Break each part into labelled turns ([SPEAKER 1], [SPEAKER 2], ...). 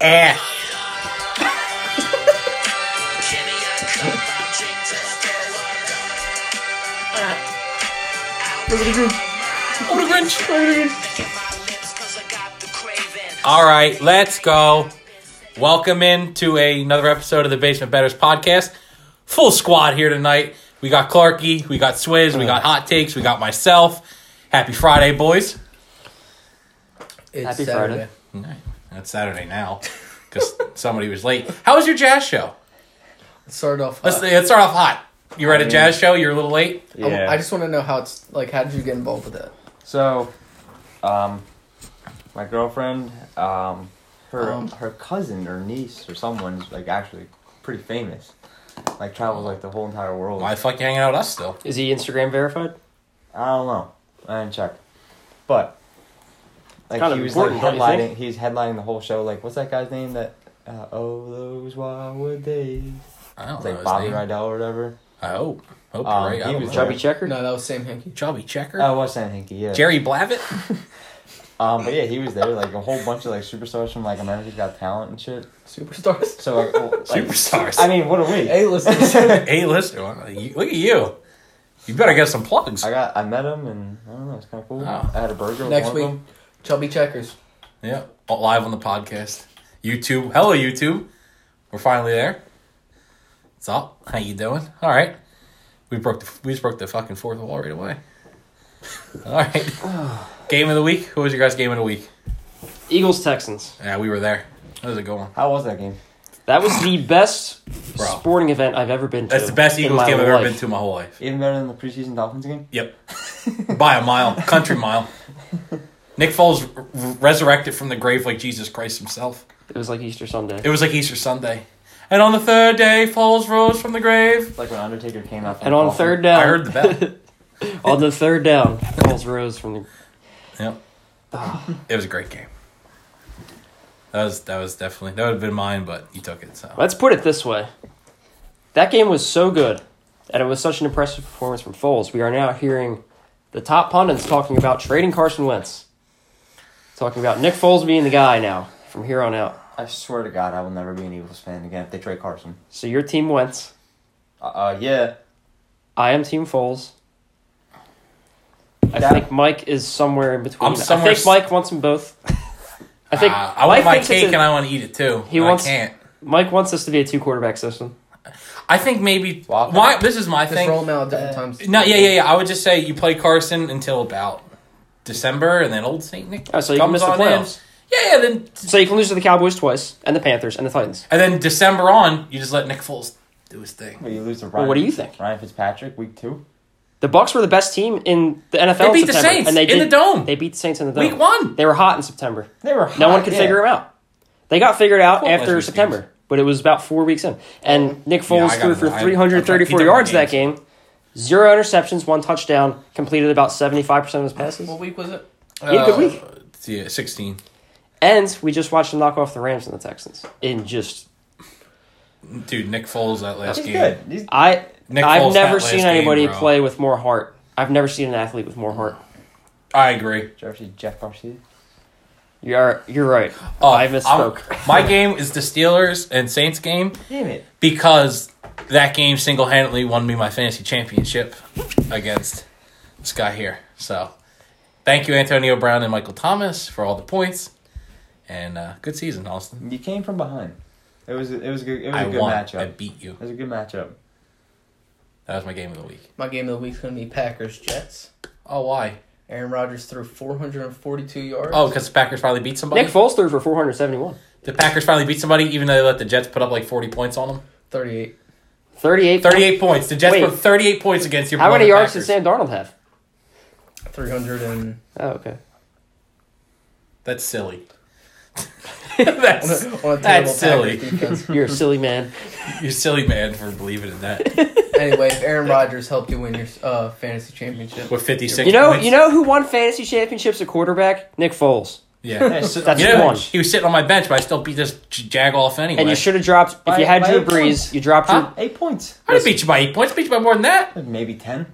[SPEAKER 1] Eh.
[SPEAKER 2] ass.
[SPEAKER 3] Look at the Grinch.
[SPEAKER 2] Oh, the Grinch.
[SPEAKER 3] Look at the Grinch.
[SPEAKER 2] All right, let's go. Welcome in to a, another episode of the Basement Betters podcast. Full squad here tonight. We got Clarky, we got Swizz, we got Hot Takes, we got myself. Happy Friday, boys.
[SPEAKER 4] It's
[SPEAKER 1] Happy Friday.
[SPEAKER 2] That's Saturday now because somebody was late. How was your jazz show?
[SPEAKER 4] Let's start off.
[SPEAKER 2] Let's,
[SPEAKER 4] uh,
[SPEAKER 2] let's start off hot. You were at a
[SPEAKER 1] mean-
[SPEAKER 2] jazz show, you're a little late.
[SPEAKER 4] I- I, just want to know how it's like. How did you get involved with it?
[SPEAKER 1] so, um, my girlfriend, um, her
[SPEAKER 2] Oh.
[SPEAKER 4] Um.
[SPEAKER 1] her cousin or niece or someone's like actually pretty famous. Like travels like the whole entire world.
[SPEAKER 2] Why the fuck you hanging out with us still?
[SPEAKER 5] Is he Instagram verified?
[SPEAKER 1] I don't know. I didn't check, but like
[SPEAKER 5] Kinda
[SPEAKER 1] he was like
[SPEAKER 5] important, don't you
[SPEAKER 1] headlining. He's headlining the whole show. Like what's that guy's name? That uh, oh those wildwood days.
[SPEAKER 2] I don't
[SPEAKER 1] It's
[SPEAKER 2] know.
[SPEAKER 1] like
[SPEAKER 2] his
[SPEAKER 1] Bobby
[SPEAKER 2] name.
[SPEAKER 1] Rydell or whatever.
[SPEAKER 2] I hope. Hope you're
[SPEAKER 1] Um,
[SPEAKER 2] right. I
[SPEAKER 1] he
[SPEAKER 2] don't
[SPEAKER 1] was
[SPEAKER 2] know.
[SPEAKER 5] Chubby Checker?
[SPEAKER 4] No, that was Sam Hinkie.
[SPEAKER 2] Chubby Checker.
[SPEAKER 1] Oh, what's that? Hinky, yeah.
[SPEAKER 2] Jerry Blavitt.
[SPEAKER 1] Um, but yeah, he was there. Like a whole bunch of like superstars from like America's Got Talent and shit.
[SPEAKER 4] Superstars.
[SPEAKER 1] So like, well, like
[SPEAKER 2] Superstars.
[SPEAKER 1] I mean, what are we?
[SPEAKER 4] Hey, listen.
[SPEAKER 2] Hey, listen, look at you. You better get some plugs.
[SPEAKER 1] I got I met him and I don't know, it's kind of cool.
[SPEAKER 5] Oh.
[SPEAKER 2] Wow.
[SPEAKER 1] I had a burger with
[SPEAKER 4] Next
[SPEAKER 1] one
[SPEAKER 4] week,
[SPEAKER 1] Of them.
[SPEAKER 4] Chubby Checkers.
[SPEAKER 2] Yeah, all live on the podcast. YouTube. Hello, YouTube. We're finally there. What's up? How you doing? All right. We broke the we just broke the fucking fourth wall right away. All right. game of the week. Who was your guys' game of the week?
[SPEAKER 5] Eagles Texans.
[SPEAKER 2] Yeah, we were there. That was a good one.
[SPEAKER 1] How was that game?
[SPEAKER 5] That was the best
[SPEAKER 2] Bro.
[SPEAKER 5] sporting event I've ever been to.
[SPEAKER 2] That's the best
[SPEAKER 5] in
[SPEAKER 2] Eagles
[SPEAKER 5] my
[SPEAKER 2] game I've ever
[SPEAKER 5] life.
[SPEAKER 2] been to in my whole life.
[SPEAKER 1] Even better than the preseason Dolphins game.
[SPEAKER 2] Yep. By a mile, country mile. Nick Foles r- r- resurrected from the grave like Jesus Christ himself.
[SPEAKER 5] It was like Easter Sunday.
[SPEAKER 2] It was like Easter Sunday. And on the third day, Foles rose from the grave.
[SPEAKER 1] Like when Undertaker came out. from
[SPEAKER 5] and on
[SPEAKER 1] coffin.
[SPEAKER 5] third down,
[SPEAKER 2] I heard the bell.
[SPEAKER 5] on the third down, Foles rose from the.
[SPEAKER 2] Yep. it was a great game. That was that was definitely that would have been mine, but you took it. So
[SPEAKER 5] Let's put it this way: that game was so good, and it was such an impressive performance from Foles. We are now hearing the top pundits talking about trading Carson Wentz, talking about Nick Foles being the guy now from here on out.
[SPEAKER 1] I swear to God, I will never be an Eagles fan again if they trade Carson.
[SPEAKER 5] So your team Wentz,
[SPEAKER 1] Uh, uh yeah.
[SPEAKER 5] I am Team Foles. I
[SPEAKER 1] That-
[SPEAKER 5] think Mike is somewhere in between.
[SPEAKER 2] I'm somewhere
[SPEAKER 5] I think Mike wants them both. I think
[SPEAKER 2] Uh, I want
[SPEAKER 5] Mike
[SPEAKER 2] my
[SPEAKER 5] thinks it's
[SPEAKER 2] cake
[SPEAKER 5] a-
[SPEAKER 2] and I want to eat it too.
[SPEAKER 5] He
[SPEAKER 2] and
[SPEAKER 5] wants-
[SPEAKER 2] I can't.
[SPEAKER 5] Mike wants this to be a two quarterback system.
[SPEAKER 2] I think maybe
[SPEAKER 1] Walker.
[SPEAKER 2] why this is my
[SPEAKER 4] Just
[SPEAKER 2] thing.
[SPEAKER 4] roll them out at different
[SPEAKER 1] Uh,
[SPEAKER 4] times.
[SPEAKER 2] No, yeah, yeah, yeah. I would just say you play Carson until about December, and then Old Saint Nick.
[SPEAKER 5] Oh, so you can miss the
[SPEAKER 2] on in.
[SPEAKER 5] playoffs.
[SPEAKER 2] Yeah, yeah. Then
[SPEAKER 5] So you can lose to the Cowboys twice, and the Panthers, and the Titans.
[SPEAKER 2] and then December on, you just let Nick Foles do his thing.
[SPEAKER 1] But you lose to Ryan.
[SPEAKER 5] Well, what do you think?
[SPEAKER 1] Ryan Fitzpatrick week two.
[SPEAKER 5] The Bucks were the best team in the NFL.
[SPEAKER 2] They
[SPEAKER 5] in
[SPEAKER 2] beat the
[SPEAKER 5] September,
[SPEAKER 2] Saints
[SPEAKER 5] and they
[SPEAKER 2] in
[SPEAKER 5] did,
[SPEAKER 2] the dome.
[SPEAKER 5] They beat the Saints in the dome.
[SPEAKER 2] Week one.
[SPEAKER 5] They were hot in September.
[SPEAKER 1] They were. Hot,
[SPEAKER 5] No one could figure them out. They got figured out
[SPEAKER 2] Well, last
[SPEAKER 5] after
[SPEAKER 2] week's
[SPEAKER 5] September,
[SPEAKER 2] games.
[SPEAKER 5] but it was about four weeks in. And Nick Foles
[SPEAKER 2] I got
[SPEAKER 5] threw
[SPEAKER 2] it.
[SPEAKER 5] for
[SPEAKER 2] I- I-
[SPEAKER 5] 334
[SPEAKER 2] I- I-
[SPEAKER 5] yards that game, zero interceptions, one touchdown, completed about 75% of his passes.
[SPEAKER 4] What week was it?
[SPEAKER 2] He
[SPEAKER 5] had a good week.
[SPEAKER 2] Uh, Yeah, sixteen.
[SPEAKER 5] And we just watched him knock off the Rams and the Texans. In just,
[SPEAKER 2] Dude, Nick Foles that last
[SPEAKER 1] He's
[SPEAKER 2] game.
[SPEAKER 1] good. He's,
[SPEAKER 5] I,
[SPEAKER 2] Nick Foles
[SPEAKER 5] I've
[SPEAKER 2] that
[SPEAKER 5] never
[SPEAKER 2] last
[SPEAKER 5] seen
[SPEAKER 2] game,
[SPEAKER 5] anybody
[SPEAKER 2] bro.
[SPEAKER 5] play with more heart. I've never seen an athlete with more heart.
[SPEAKER 2] I agree.
[SPEAKER 1] Jersey Jeff Garcia.
[SPEAKER 5] You're, you're right.
[SPEAKER 2] Oh,
[SPEAKER 5] I
[SPEAKER 2] I'm-
[SPEAKER 5] misspoke.
[SPEAKER 2] my game is the Steelers and Saints game
[SPEAKER 1] Damn it.
[SPEAKER 2] because that game single handedly won me my fantasy championship against this guy here. So, thank you, Antonio Brown and Michael Thomas, for all the points. And uh, good season, Austin.
[SPEAKER 1] You came from behind. It was it was good. It was a
[SPEAKER 2] I
[SPEAKER 1] good
[SPEAKER 2] won.
[SPEAKER 1] matchup.
[SPEAKER 2] I
[SPEAKER 1] It
[SPEAKER 2] beat you.
[SPEAKER 1] was a good matchup.
[SPEAKER 2] That was my game of the week.
[SPEAKER 4] My game of the week's gonna be Packers Jets.
[SPEAKER 2] Oh, why?
[SPEAKER 4] Aaron Rodgers threw 442 yards.
[SPEAKER 2] Oh, because the Packers finally beat somebody?
[SPEAKER 5] Nick Foles threw for 471.
[SPEAKER 2] the Packers finally beat somebody, even though they let the Jets put up like 40 points on them?
[SPEAKER 4] 38.
[SPEAKER 5] 38.
[SPEAKER 2] 38 points. The Jets
[SPEAKER 5] Wait.
[SPEAKER 2] put 38 points against your
[SPEAKER 5] How many
[SPEAKER 2] beloved
[SPEAKER 5] yards
[SPEAKER 2] Packers.
[SPEAKER 5] did Sam Darnold have?
[SPEAKER 4] 300 and
[SPEAKER 5] Oh, okay.
[SPEAKER 2] That's silly. that's that's silly.
[SPEAKER 4] Packers defense.
[SPEAKER 5] You're a silly man.
[SPEAKER 2] You're a silly man for believing in that.
[SPEAKER 4] anyway, if Aaron Rodgers helped you win your uh, fantasy championship,
[SPEAKER 2] With 56
[SPEAKER 5] You know,
[SPEAKER 2] points.
[SPEAKER 5] you know who won fantasy championships at quarterback? Nick Foles.
[SPEAKER 2] Yeah.
[SPEAKER 1] Yeah, so-
[SPEAKER 5] That's
[SPEAKER 2] You know,
[SPEAKER 5] one.
[SPEAKER 2] he was sitting on my bench, but I still beat this j- jag off anyway.
[SPEAKER 5] And you should have dropped if
[SPEAKER 1] By-
[SPEAKER 5] you had
[SPEAKER 1] by
[SPEAKER 5] Drew
[SPEAKER 1] eight
[SPEAKER 5] Brees.
[SPEAKER 1] points.
[SPEAKER 5] You dropped
[SPEAKER 2] Huh?
[SPEAKER 5] Drew.
[SPEAKER 1] Eight points.
[SPEAKER 2] I didn't beat you by eight points. I beat you by more than that.
[SPEAKER 1] Maybe ten.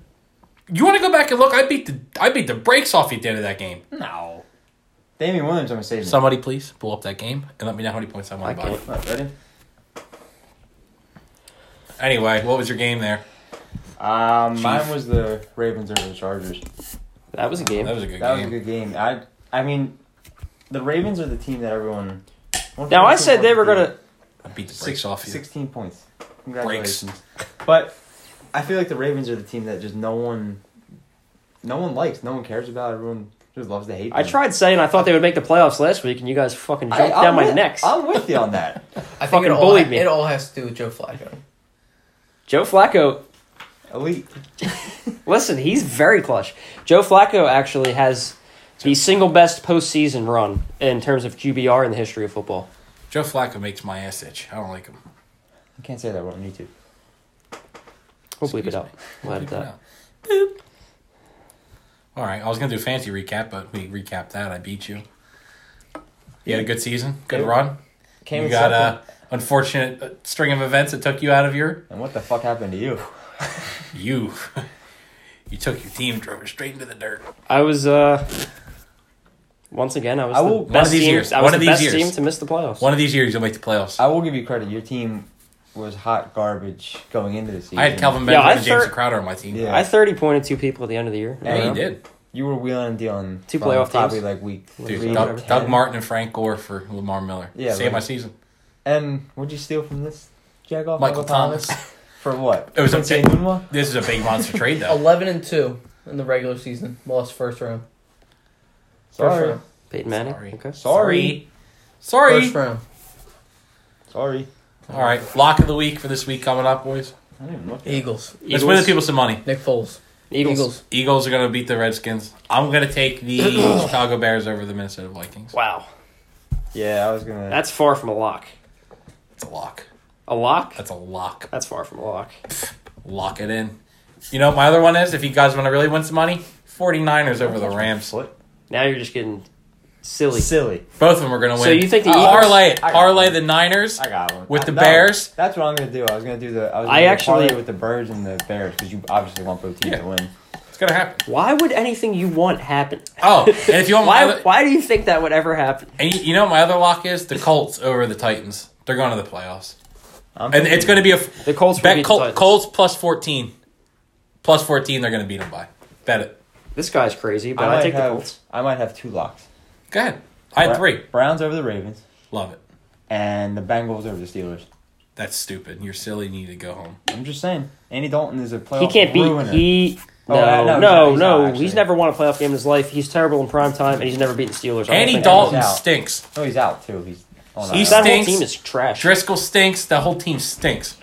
[SPEAKER 2] You want to go back and look? I beat the I beat the brakes off you at the end of that game.
[SPEAKER 1] No. Damian Williams, I'm gonna save. Some.
[SPEAKER 2] Somebody please pull up that game and let me know how many points I
[SPEAKER 5] I
[SPEAKER 2] want to buy.
[SPEAKER 5] can't.
[SPEAKER 1] ready?
[SPEAKER 2] Anyway, what was your game there?
[SPEAKER 1] Um, mine
[SPEAKER 2] Chief.
[SPEAKER 1] was the Ravens over the Chargers.
[SPEAKER 5] That was a game.
[SPEAKER 2] That was a good
[SPEAKER 1] That was a
[SPEAKER 2] game.
[SPEAKER 1] good game. I, I mean, the Ravens are the team that everyone.
[SPEAKER 5] Now I said they were gonna.
[SPEAKER 2] I beat the brakes
[SPEAKER 1] six
[SPEAKER 2] off you.
[SPEAKER 1] sixteen points.
[SPEAKER 2] Breaks.
[SPEAKER 1] Congratulations. But I feel like the Ravens are the team that just no one, no one likes, no one cares about. Everyone just loves to hate.
[SPEAKER 5] I
[SPEAKER 1] them.
[SPEAKER 5] tried saying I thought they would make the playoffs last week, and you guys fucking
[SPEAKER 1] I-
[SPEAKER 5] jumped
[SPEAKER 1] I'm
[SPEAKER 5] down my
[SPEAKER 1] with-
[SPEAKER 5] necks.
[SPEAKER 1] I'm with you on that.
[SPEAKER 4] I think
[SPEAKER 5] Fucking
[SPEAKER 4] it all,
[SPEAKER 5] bullied me.
[SPEAKER 4] it all has to do with Joe Flacco.
[SPEAKER 5] Joe Flacco
[SPEAKER 1] Elite.
[SPEAKER 5] Listen, he's very clutch. Joe Flacco actually has the single best postseason run in terms of QBR in the history of football.
[SPEAKER 2] Joe Flacco makes my ass itch. I don't like him.
[SPEAKER 1] You can't say that. We're on YouTube.
[SPEAKER 5] We'll bleep
[SPEAKER 2] Excuse
[SPEAKER 5] it out. We'll edit that.
[SPEAKER 2] Boop. All right, I was gonna do a fancy recap, but we recapped that. I beat you. You had a good season, good
[SPEAKER 1] Yeah.
[SPEAKER 2] run.
[SPEAKER 1] Came
[SPEAKER 2] you
[SPEAKER 1] in
[SPEAKER 2] got
[SPEAKER 1] second.
[SPEAKER 2] a unfortunate uh, string of events that took you out of your
[SPEAKER 1] And what the fuck happened to you?
[SPEAKER 2] you. You took your team, drove it straight into the dirt.
[SPEAKER 5] I was uh once again I was
[SPEAKER 1] I
[SPEAKER 5] the
[SPEAKER 1] will- one
[SPEAKER 5] best
[SPEAKER 2] of these
[SPEAKER 5] team.
[SPEAKER 2] years.
[SPEAKER 5] I
[SPEAKER 2] One
[SPEAKER 5] was the
[SPEAKER 2] of these
[SPEAKER 5] best
[SPEAKER 2] years.
[SPEAKER 5] team to miss the playoffs.
[SPEAKER 2] One of these years, you'll make the playoffs.
[SPEAKER 1] I will give you credit. Your team was hot garbage going into the season.
[SPEAKER 2] I had Calvin
[SPEAKER 5] Yeah,
[SPEAKER 2] Benjamin
[SPEAKER 5] I
[SPEAKER 2] and James
[SPEAKER 5] thir-
[SPEAKER 2] Crowder on my team.
[SPEAKER 1] Yeah.
[SPEAKER 5] I thirty pointed two people at the end of the year.
[SPEAKER 2] Yeah,
[SPEAKER 1] Yeah.
[SPEAKER 2] you did.
[SPEAKER 1] You were wheeling and dealing.
[SPEAKER 5] Two
[SPEAKER 1] from
[SPEAKER 5] playoff
[SPEAKER 1] probably
[SPEAKER 5] teams.
[SPEAKER 1] like week
[SPEAKER 5] Dude,
[SPEAKER 1] three.
[SPEAKER 5] Doug-
[SPEAKER 1] to
[SPEAKER 2] Doug,
[SPEAKER 1] ten.
[SPEAKER 2] Doug Martin and Frank Gore for Lamar Miller.
[SPEAKER 1] Yeah,
[SPEAKER 2] Saved
[SPEAKER 1] like-
[SPEAKER 2] my season.
[SPEAKER 1] And what'd you steal from this? Jack off
[SPEAKER 2] Michael Thomas.
[SPEAKER 1] for what?
[SPEAKER 2] It was a
[SPEAKER 1] Prince
[SPEAKER 2] big-
[SPEAKER 1] Enunwa?
[SPEAKER 2] This is a big monster trade, though.
[SPEAKER 4] Eleven and two in the regular season, lost first round. First
[SPEAKER 1] Sorry,
[SPEAKER 4] round.
[SPEAKER 5] Peyton Manning. Okay.
[SPEAKER 1] sorry,
[SPEAKER 2] Sorry.
[SPEAKER 4] First round.
[SPEAKER 1] sorry.
[SPEAKER 2] All right. Lock of the week for this week coming up, boys.
[SPEAKER 1] I didn't even look. At it.
[SPEAKER 4] Eagles.
[SPEAKER 2] Let's win the people some money.
[SPEAKER 4] Nick Foles.
[SPEAKER 5] Eagles.
[SPEAKER 2] Eagles are going to beat the Redskins. I'm going to take the Chicago Bears over the Minnesota Vikings.
[SPEAKER 5] Wow.
[SPEAKER 1] Yeah, I was gonna.
[SPEAKER 5] That's far from a lock.
[SPEAKER 2] That's a lock.
[SPEAKER 5] A lock?
[SPEAKER 2] That's a lock.
[SPEAKER 5] That's far from a lock.
[SPEAKER 2] Lock it in. You know what my other one is? If you guys want to really win some money, 49ers over the Rams.
[SPEAKER 1] What?
[SPEAKER 5] Now you're just getting silly.
[SPEAKER 1] Silly.
[SPEAKER 2] Both of them are going to win. Uh,
[SPEAKER 5] So you think the Eagles-
[SPEAKER 2] parlay it.
[SPEAKER 1] I got
[SPEAKER 2] Parlay
[SPEAKER 1] one.
[SPEAKER 2] the Niners.
[SPEAKER 1] I got one.
[SPEAKER 2] With
[SPEAKER 1] I-
[SPEAKER 2] the Bears?
[SPEAKER 1] That's what I'm gonna do. I was gonna do the. I, was
[SPEAKER 5] I
[SPEAKER 1] gonna
[SPEAKER 5] actually-
[SPEAKER 1] parlay with the birds and the bears because you obviously want both teams
[SPEAKER 2] Yeah.
[SPEAKER 1] to win.
[SPEAKER 2] It's going to happen.
[SPEAKER 5] Why would anything you want happen?
[SPEAKER 2] Oh, and if you want my
[SPEAKER 5] why
[SPEAKER 2] other-
[SPEAKER 5] why do you think that would ever happen?
[SPEAKER 2] And you, you know what my other lock is? The Colts over the Titans. They're going to the playoffs.
[SPEAKER 1] I'm
[SPEAKER 2] And it's going to be a
[SPEAKER 5] The Colts will beat
[SPEAKER 2] bet
[SPEAKER 5] the
[SPEAKER 2] Col-
[SPEAKER 5] Titans.
[SPEAKER 2] Colts plus 14. Plus 14 they're going to beat them by. Bet it.
[SPEAKER 5] This guy's crazy, but
[SPEAKER 1] I
[SPEAKER 5] I,
[SPEAKER 1] might
[SPEAKER 5] take the
[SPEAKER 1] have.
[SPEAKER 5] Colts.
[SPEAKER 1] I might have two locks.
[SPEAKER 2] Go ahead. I had
[SPEAKER 1] Bra-
[SPEAKER 2] three.
[SPEAKER 1] Browns over the Ravens
[SPEAKER 2] Love it.
[SPEAKER 1] and the Bengals over the Steelers.
[SPEAKER 2] That's stupid. You're silly. You need to go home.
[SPEAKER 1] I'm just saying. Andy Dalton is a playoff.
[SPEAKER 5] He can't beat
[SPEAKER 1] ruiner.
[SPEAKER 5] he.
[SPEAKER 1] Oh,
[SPEAKER 5] No,
[SPEAKER 1] no,
[SPEAKER 5] no, no,
[SPEAKER 1] he's not- he's not, actually.
[SPEAKER 5] He's never won a playoff game in his life. He's terrible in prime time, and he's never beaten Steelers. I don't
[SPEAKER 2] Andy
[SPEAKER 5] think.
[SPEAKER 2] Dalton
[SPEAKER 1] out.
[SPEAKER 2] stinks.
[SPEAKER 1] No, Oh, he's out too. He's. on
[SPEAKER 2] He's
[SPEAKER 1] IR.
[SPEAKER 5] That whole
[SPEAKER 2] stinks.
[SPEAKER 5] team is trash.
[SPEAKER 2] Driscoll stinks. The whole team stinks.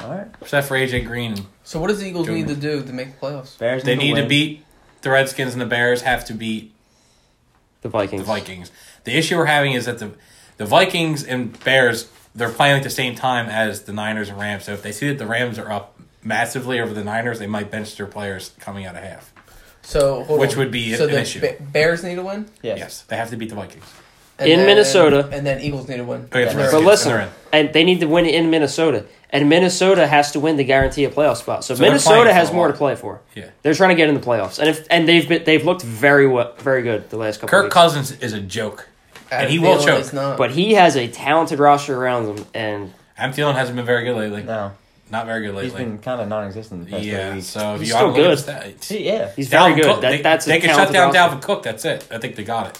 [SPEAKER 1] All right.
[SPEAKER 2] Except for AJ Green.
[SPEAKER 4] So what does the Eagles
[SPEAKER 2] Doing
[SPEAKER 4] need
[SPEAKER 2] it.
[SPEAKER 4] to do to make the playoffs?
[SPEAKER 1] Bears.
[SPEAKER 2] They need to
[SPEAKER 1] win.
[SPEAKER 2] beat the Redskins and the Bears have to beat
[SPEAKER 5] the Vikings.
[SPEAKER 2] the Vikings. The issue we're having is that the the Vikings and Bears they're playing at the same time as the Niners and Rams. So if they see that the Rams are up massively over the Niners, they might bench their players coming out of half.
[SPEAKER 4] So hold
[SPEAKER 2] Which
[SPEAKER 4] on.
[SPEAKER 2] would be
[SPEAKER 4] so
[SPEAKER 2] an
[SPEAKER 4] the
[SPEAKER 2] issue.
[SPEAKER 4] Ba- Bears need to win.
[SPEAKER 1] Yes.
[SPEAKER 2] Yes, they have to beat the Vikings.
[SPEAKER 4] and
[SPEAKER 5] In Minnesota.
[SPEAKER 4] and then Eagles need to win.
[SPEAKER 2] Okay,
[SPEAKER 4] And
[SPEAKER 2] for
[SPEAKER 4] they're-
[SPEAKER 2] Redskins,
[SPEAKER 5] But listen,
[SPEAKER 2] they're in.
[SPEAKER 5] and they need to win in Minnesota, and Minnesota has to win to guarantee a playoff spot. So,
[SPEAKER 2] So they're
[SPEAKER 5] Minnesota
[SPEAKER 2] playing
[SPEAKER 5] has
[SPEAKER 2] for a
[SPEAKER 5] more
[SPEAKER 2] lot.
[SPEAKER 5] to play for.
[SPEAKER 2] Yeah.
[SPEAKER 5] They're trying to get in the playoffs, and if and they've been, they've looked very well, very good the last couple. of
[SPEAKER 2] Kirk
[SPEAKER 5] weeks.
[SPEAKER 2] Cousins is a joke. And he
[SPEAKER 4] Adam
[SPEAKER 2] will
[SPEAKER 4] Thielen
[SPEAKER 2] choke.
[SPEAKER 4] is not.
[SPEAKER 5] but he has a talented roster around him, and
[SPEAKER 2] I'm feeling hasn't been very good lately.
[SPEAKER 1] No,
[SPEAKER 2] Not very good
[SPEAKER 1] he's
[SPEAKER 2] lately.
[SPEAKER 1] been kind of non-existent. The past yeah.
[SPEAKER 2] Yeah, so if
[SPEAKER 5] He's
[SPEAKER 2] you
[SPEAKER 5] still
[SPEAKER 2] want to look
[SPEAKER 5] good.
[SPEAKER 2] at the stats-
[SPEAKER 1] See, yeah.
[SPEAKER 5] he's very
[SPEAKER 2] Dalvin
[SPEAKER 5] good.
[SPEAKER 2] Cook,
[SPEAKER 5] that,
[SPEAKER 2] they,
[SPEAKER 5] that's a
[SPEAKER 2] they can shut
[SPEAKER 5] talented
[SPEAKER 2] down
[SPEAKER 5] roster.
[SPEAKER 2] Dalvin Cook. That's it. I think they got it.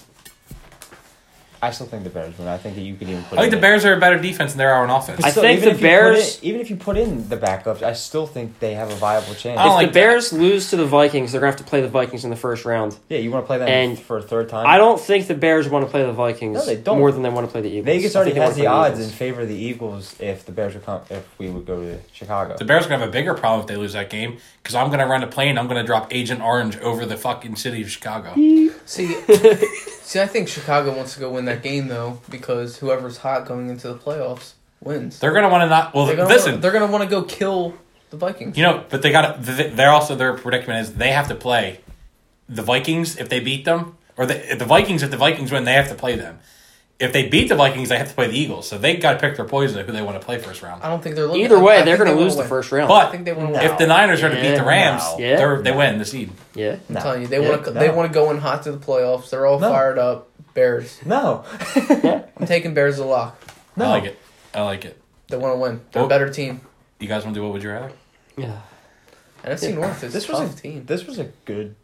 [SPEAKER 1] I still think the Bears win. I think that you could even put.
[SPEAKER 2] I think the
[SPEAKER 1] in it.
[SPEAKER 2] Bears are a better defense than they are on offense.
[SPEAKER 5] I
[SPEAKER 1] Still,
[SPEAKER 5] think the
[SPEAKER 1] even if you put in-
[SPEAKER 5] Bears-
[SPEAKER 1] even if you put in the backups, I still think they have a viable chance.
[SPEAKER 2] I don't like
[SPEAKER 5] If the Bears lose to the Vikings, they're gonna have to play the Vikings in the first round.
[SPEAKER 1] yeah, you want to play them
[SPEAKER 5] And
[SPEAKER 1] for a third time.
[SPEAKER 5] I don't think the Bears want to play the Vikings
[SPEAKER 1] No, they don't.
[SPEAKER 5] more than they want to play the Eagles. I
[SPEAKER 1] Vegas already
[SPEAKER 5] think they
[SPEAKER 1] has the
[SPEAKER 5] wanna play
[SPEAKER 1] odds in favor of the Eagles if the Bears would come if we would go to Chicago.
[SPEAKER 2] The Bears are gonna have a bigger problem if they lose that game because I'm gonna run a plane. I'm gonna drop Agent Orange over the fucking city of Chicago.
[SPEAKER 4] see, see, I think Chicago wants to go win that game though because whoever's hot going into the playoffs wins.
[SPEAKER 2] They're gonna want to not. Well,
[SPEAKER 4] They're gonna
[SPEAKER 2] listen.
[SPEAKER 4] wanna, they're gonna want to go kill the Vikings.
[SPEAKER 2] you know, but they got. to They're also their predicament is they have to play the Vikings if they beat them, or the, if the Vikings if the Vikings win, they have to play them. if they beat the Vikings, they have to play the Eagles. So they got to pick their poison of who they want to play first round.
[SPEAKER 4] I don't think they're looking.
[SPEAKER 5] Either
[SPEAKER 4] I-
[SPEAKER 5] way,
[SPEAKER 4] I
[SPEAKER 5] they're
[SPEAKER 4] think
[SPEAKER 5] going
[SPEAKER 4] they
[SPEAKER 5] to
[SPEAKER 4] will
[SPEAKER 5] lose the
[SPEAKER 4] win.
[SPEAKER 5] first round.
[SPEAKER 4] I
[SPEAKER 2] But
[SPEAKER 4] think they want to
[SPEAKER 1] No.
[SPEAKER 4] win.
[SPEAKER 2] if the Niners are to beat
[SPEAKER 5] Yeah,
[SPEAKER 2] the Rams,
[SPEAKER 1] no.
[SPEAKER 5] Yeah.
[SPEAKER 2] they're, they win the seed.
[SPEAKER 5] yeah,
[SPEAKER 4] I'm
[SPEAKER 1] No.
[SPEAKER 4] telling you, they
[SPEAKER 1] Yeah,
[SPEAKER 4] want to.
[SPEAKER 1] no.
[SPEAKER 4] They want to go in hot to the playoffs. They're all
[SPEAKER 1] No.
[SPEAKER 4] fired up. Bears.
[SPEAKER 1] No.
[SPEAKER 4] I'm taking Bears as a lock.
[SPEAKER 1] No.
[SPEAKER 2] I like it. I like it.
[SPEAKER 4] They want to win. They're
[SPEAKER 2] Well-
[SPEAKER 4] a better team.
[SPEAKER 2] You guys want to do what would you rather?
[SPEAKER 5] yeah.
[SPEAKER 4] NFC North is
[SPEAKER 1] This
[SPEAKER 4] this
[SPEAKER 1] was
[SPEAKER 4] tough
[SPEAKER 1] a
[SPEAKER 4] team.
[SPEAKER 1] This was a good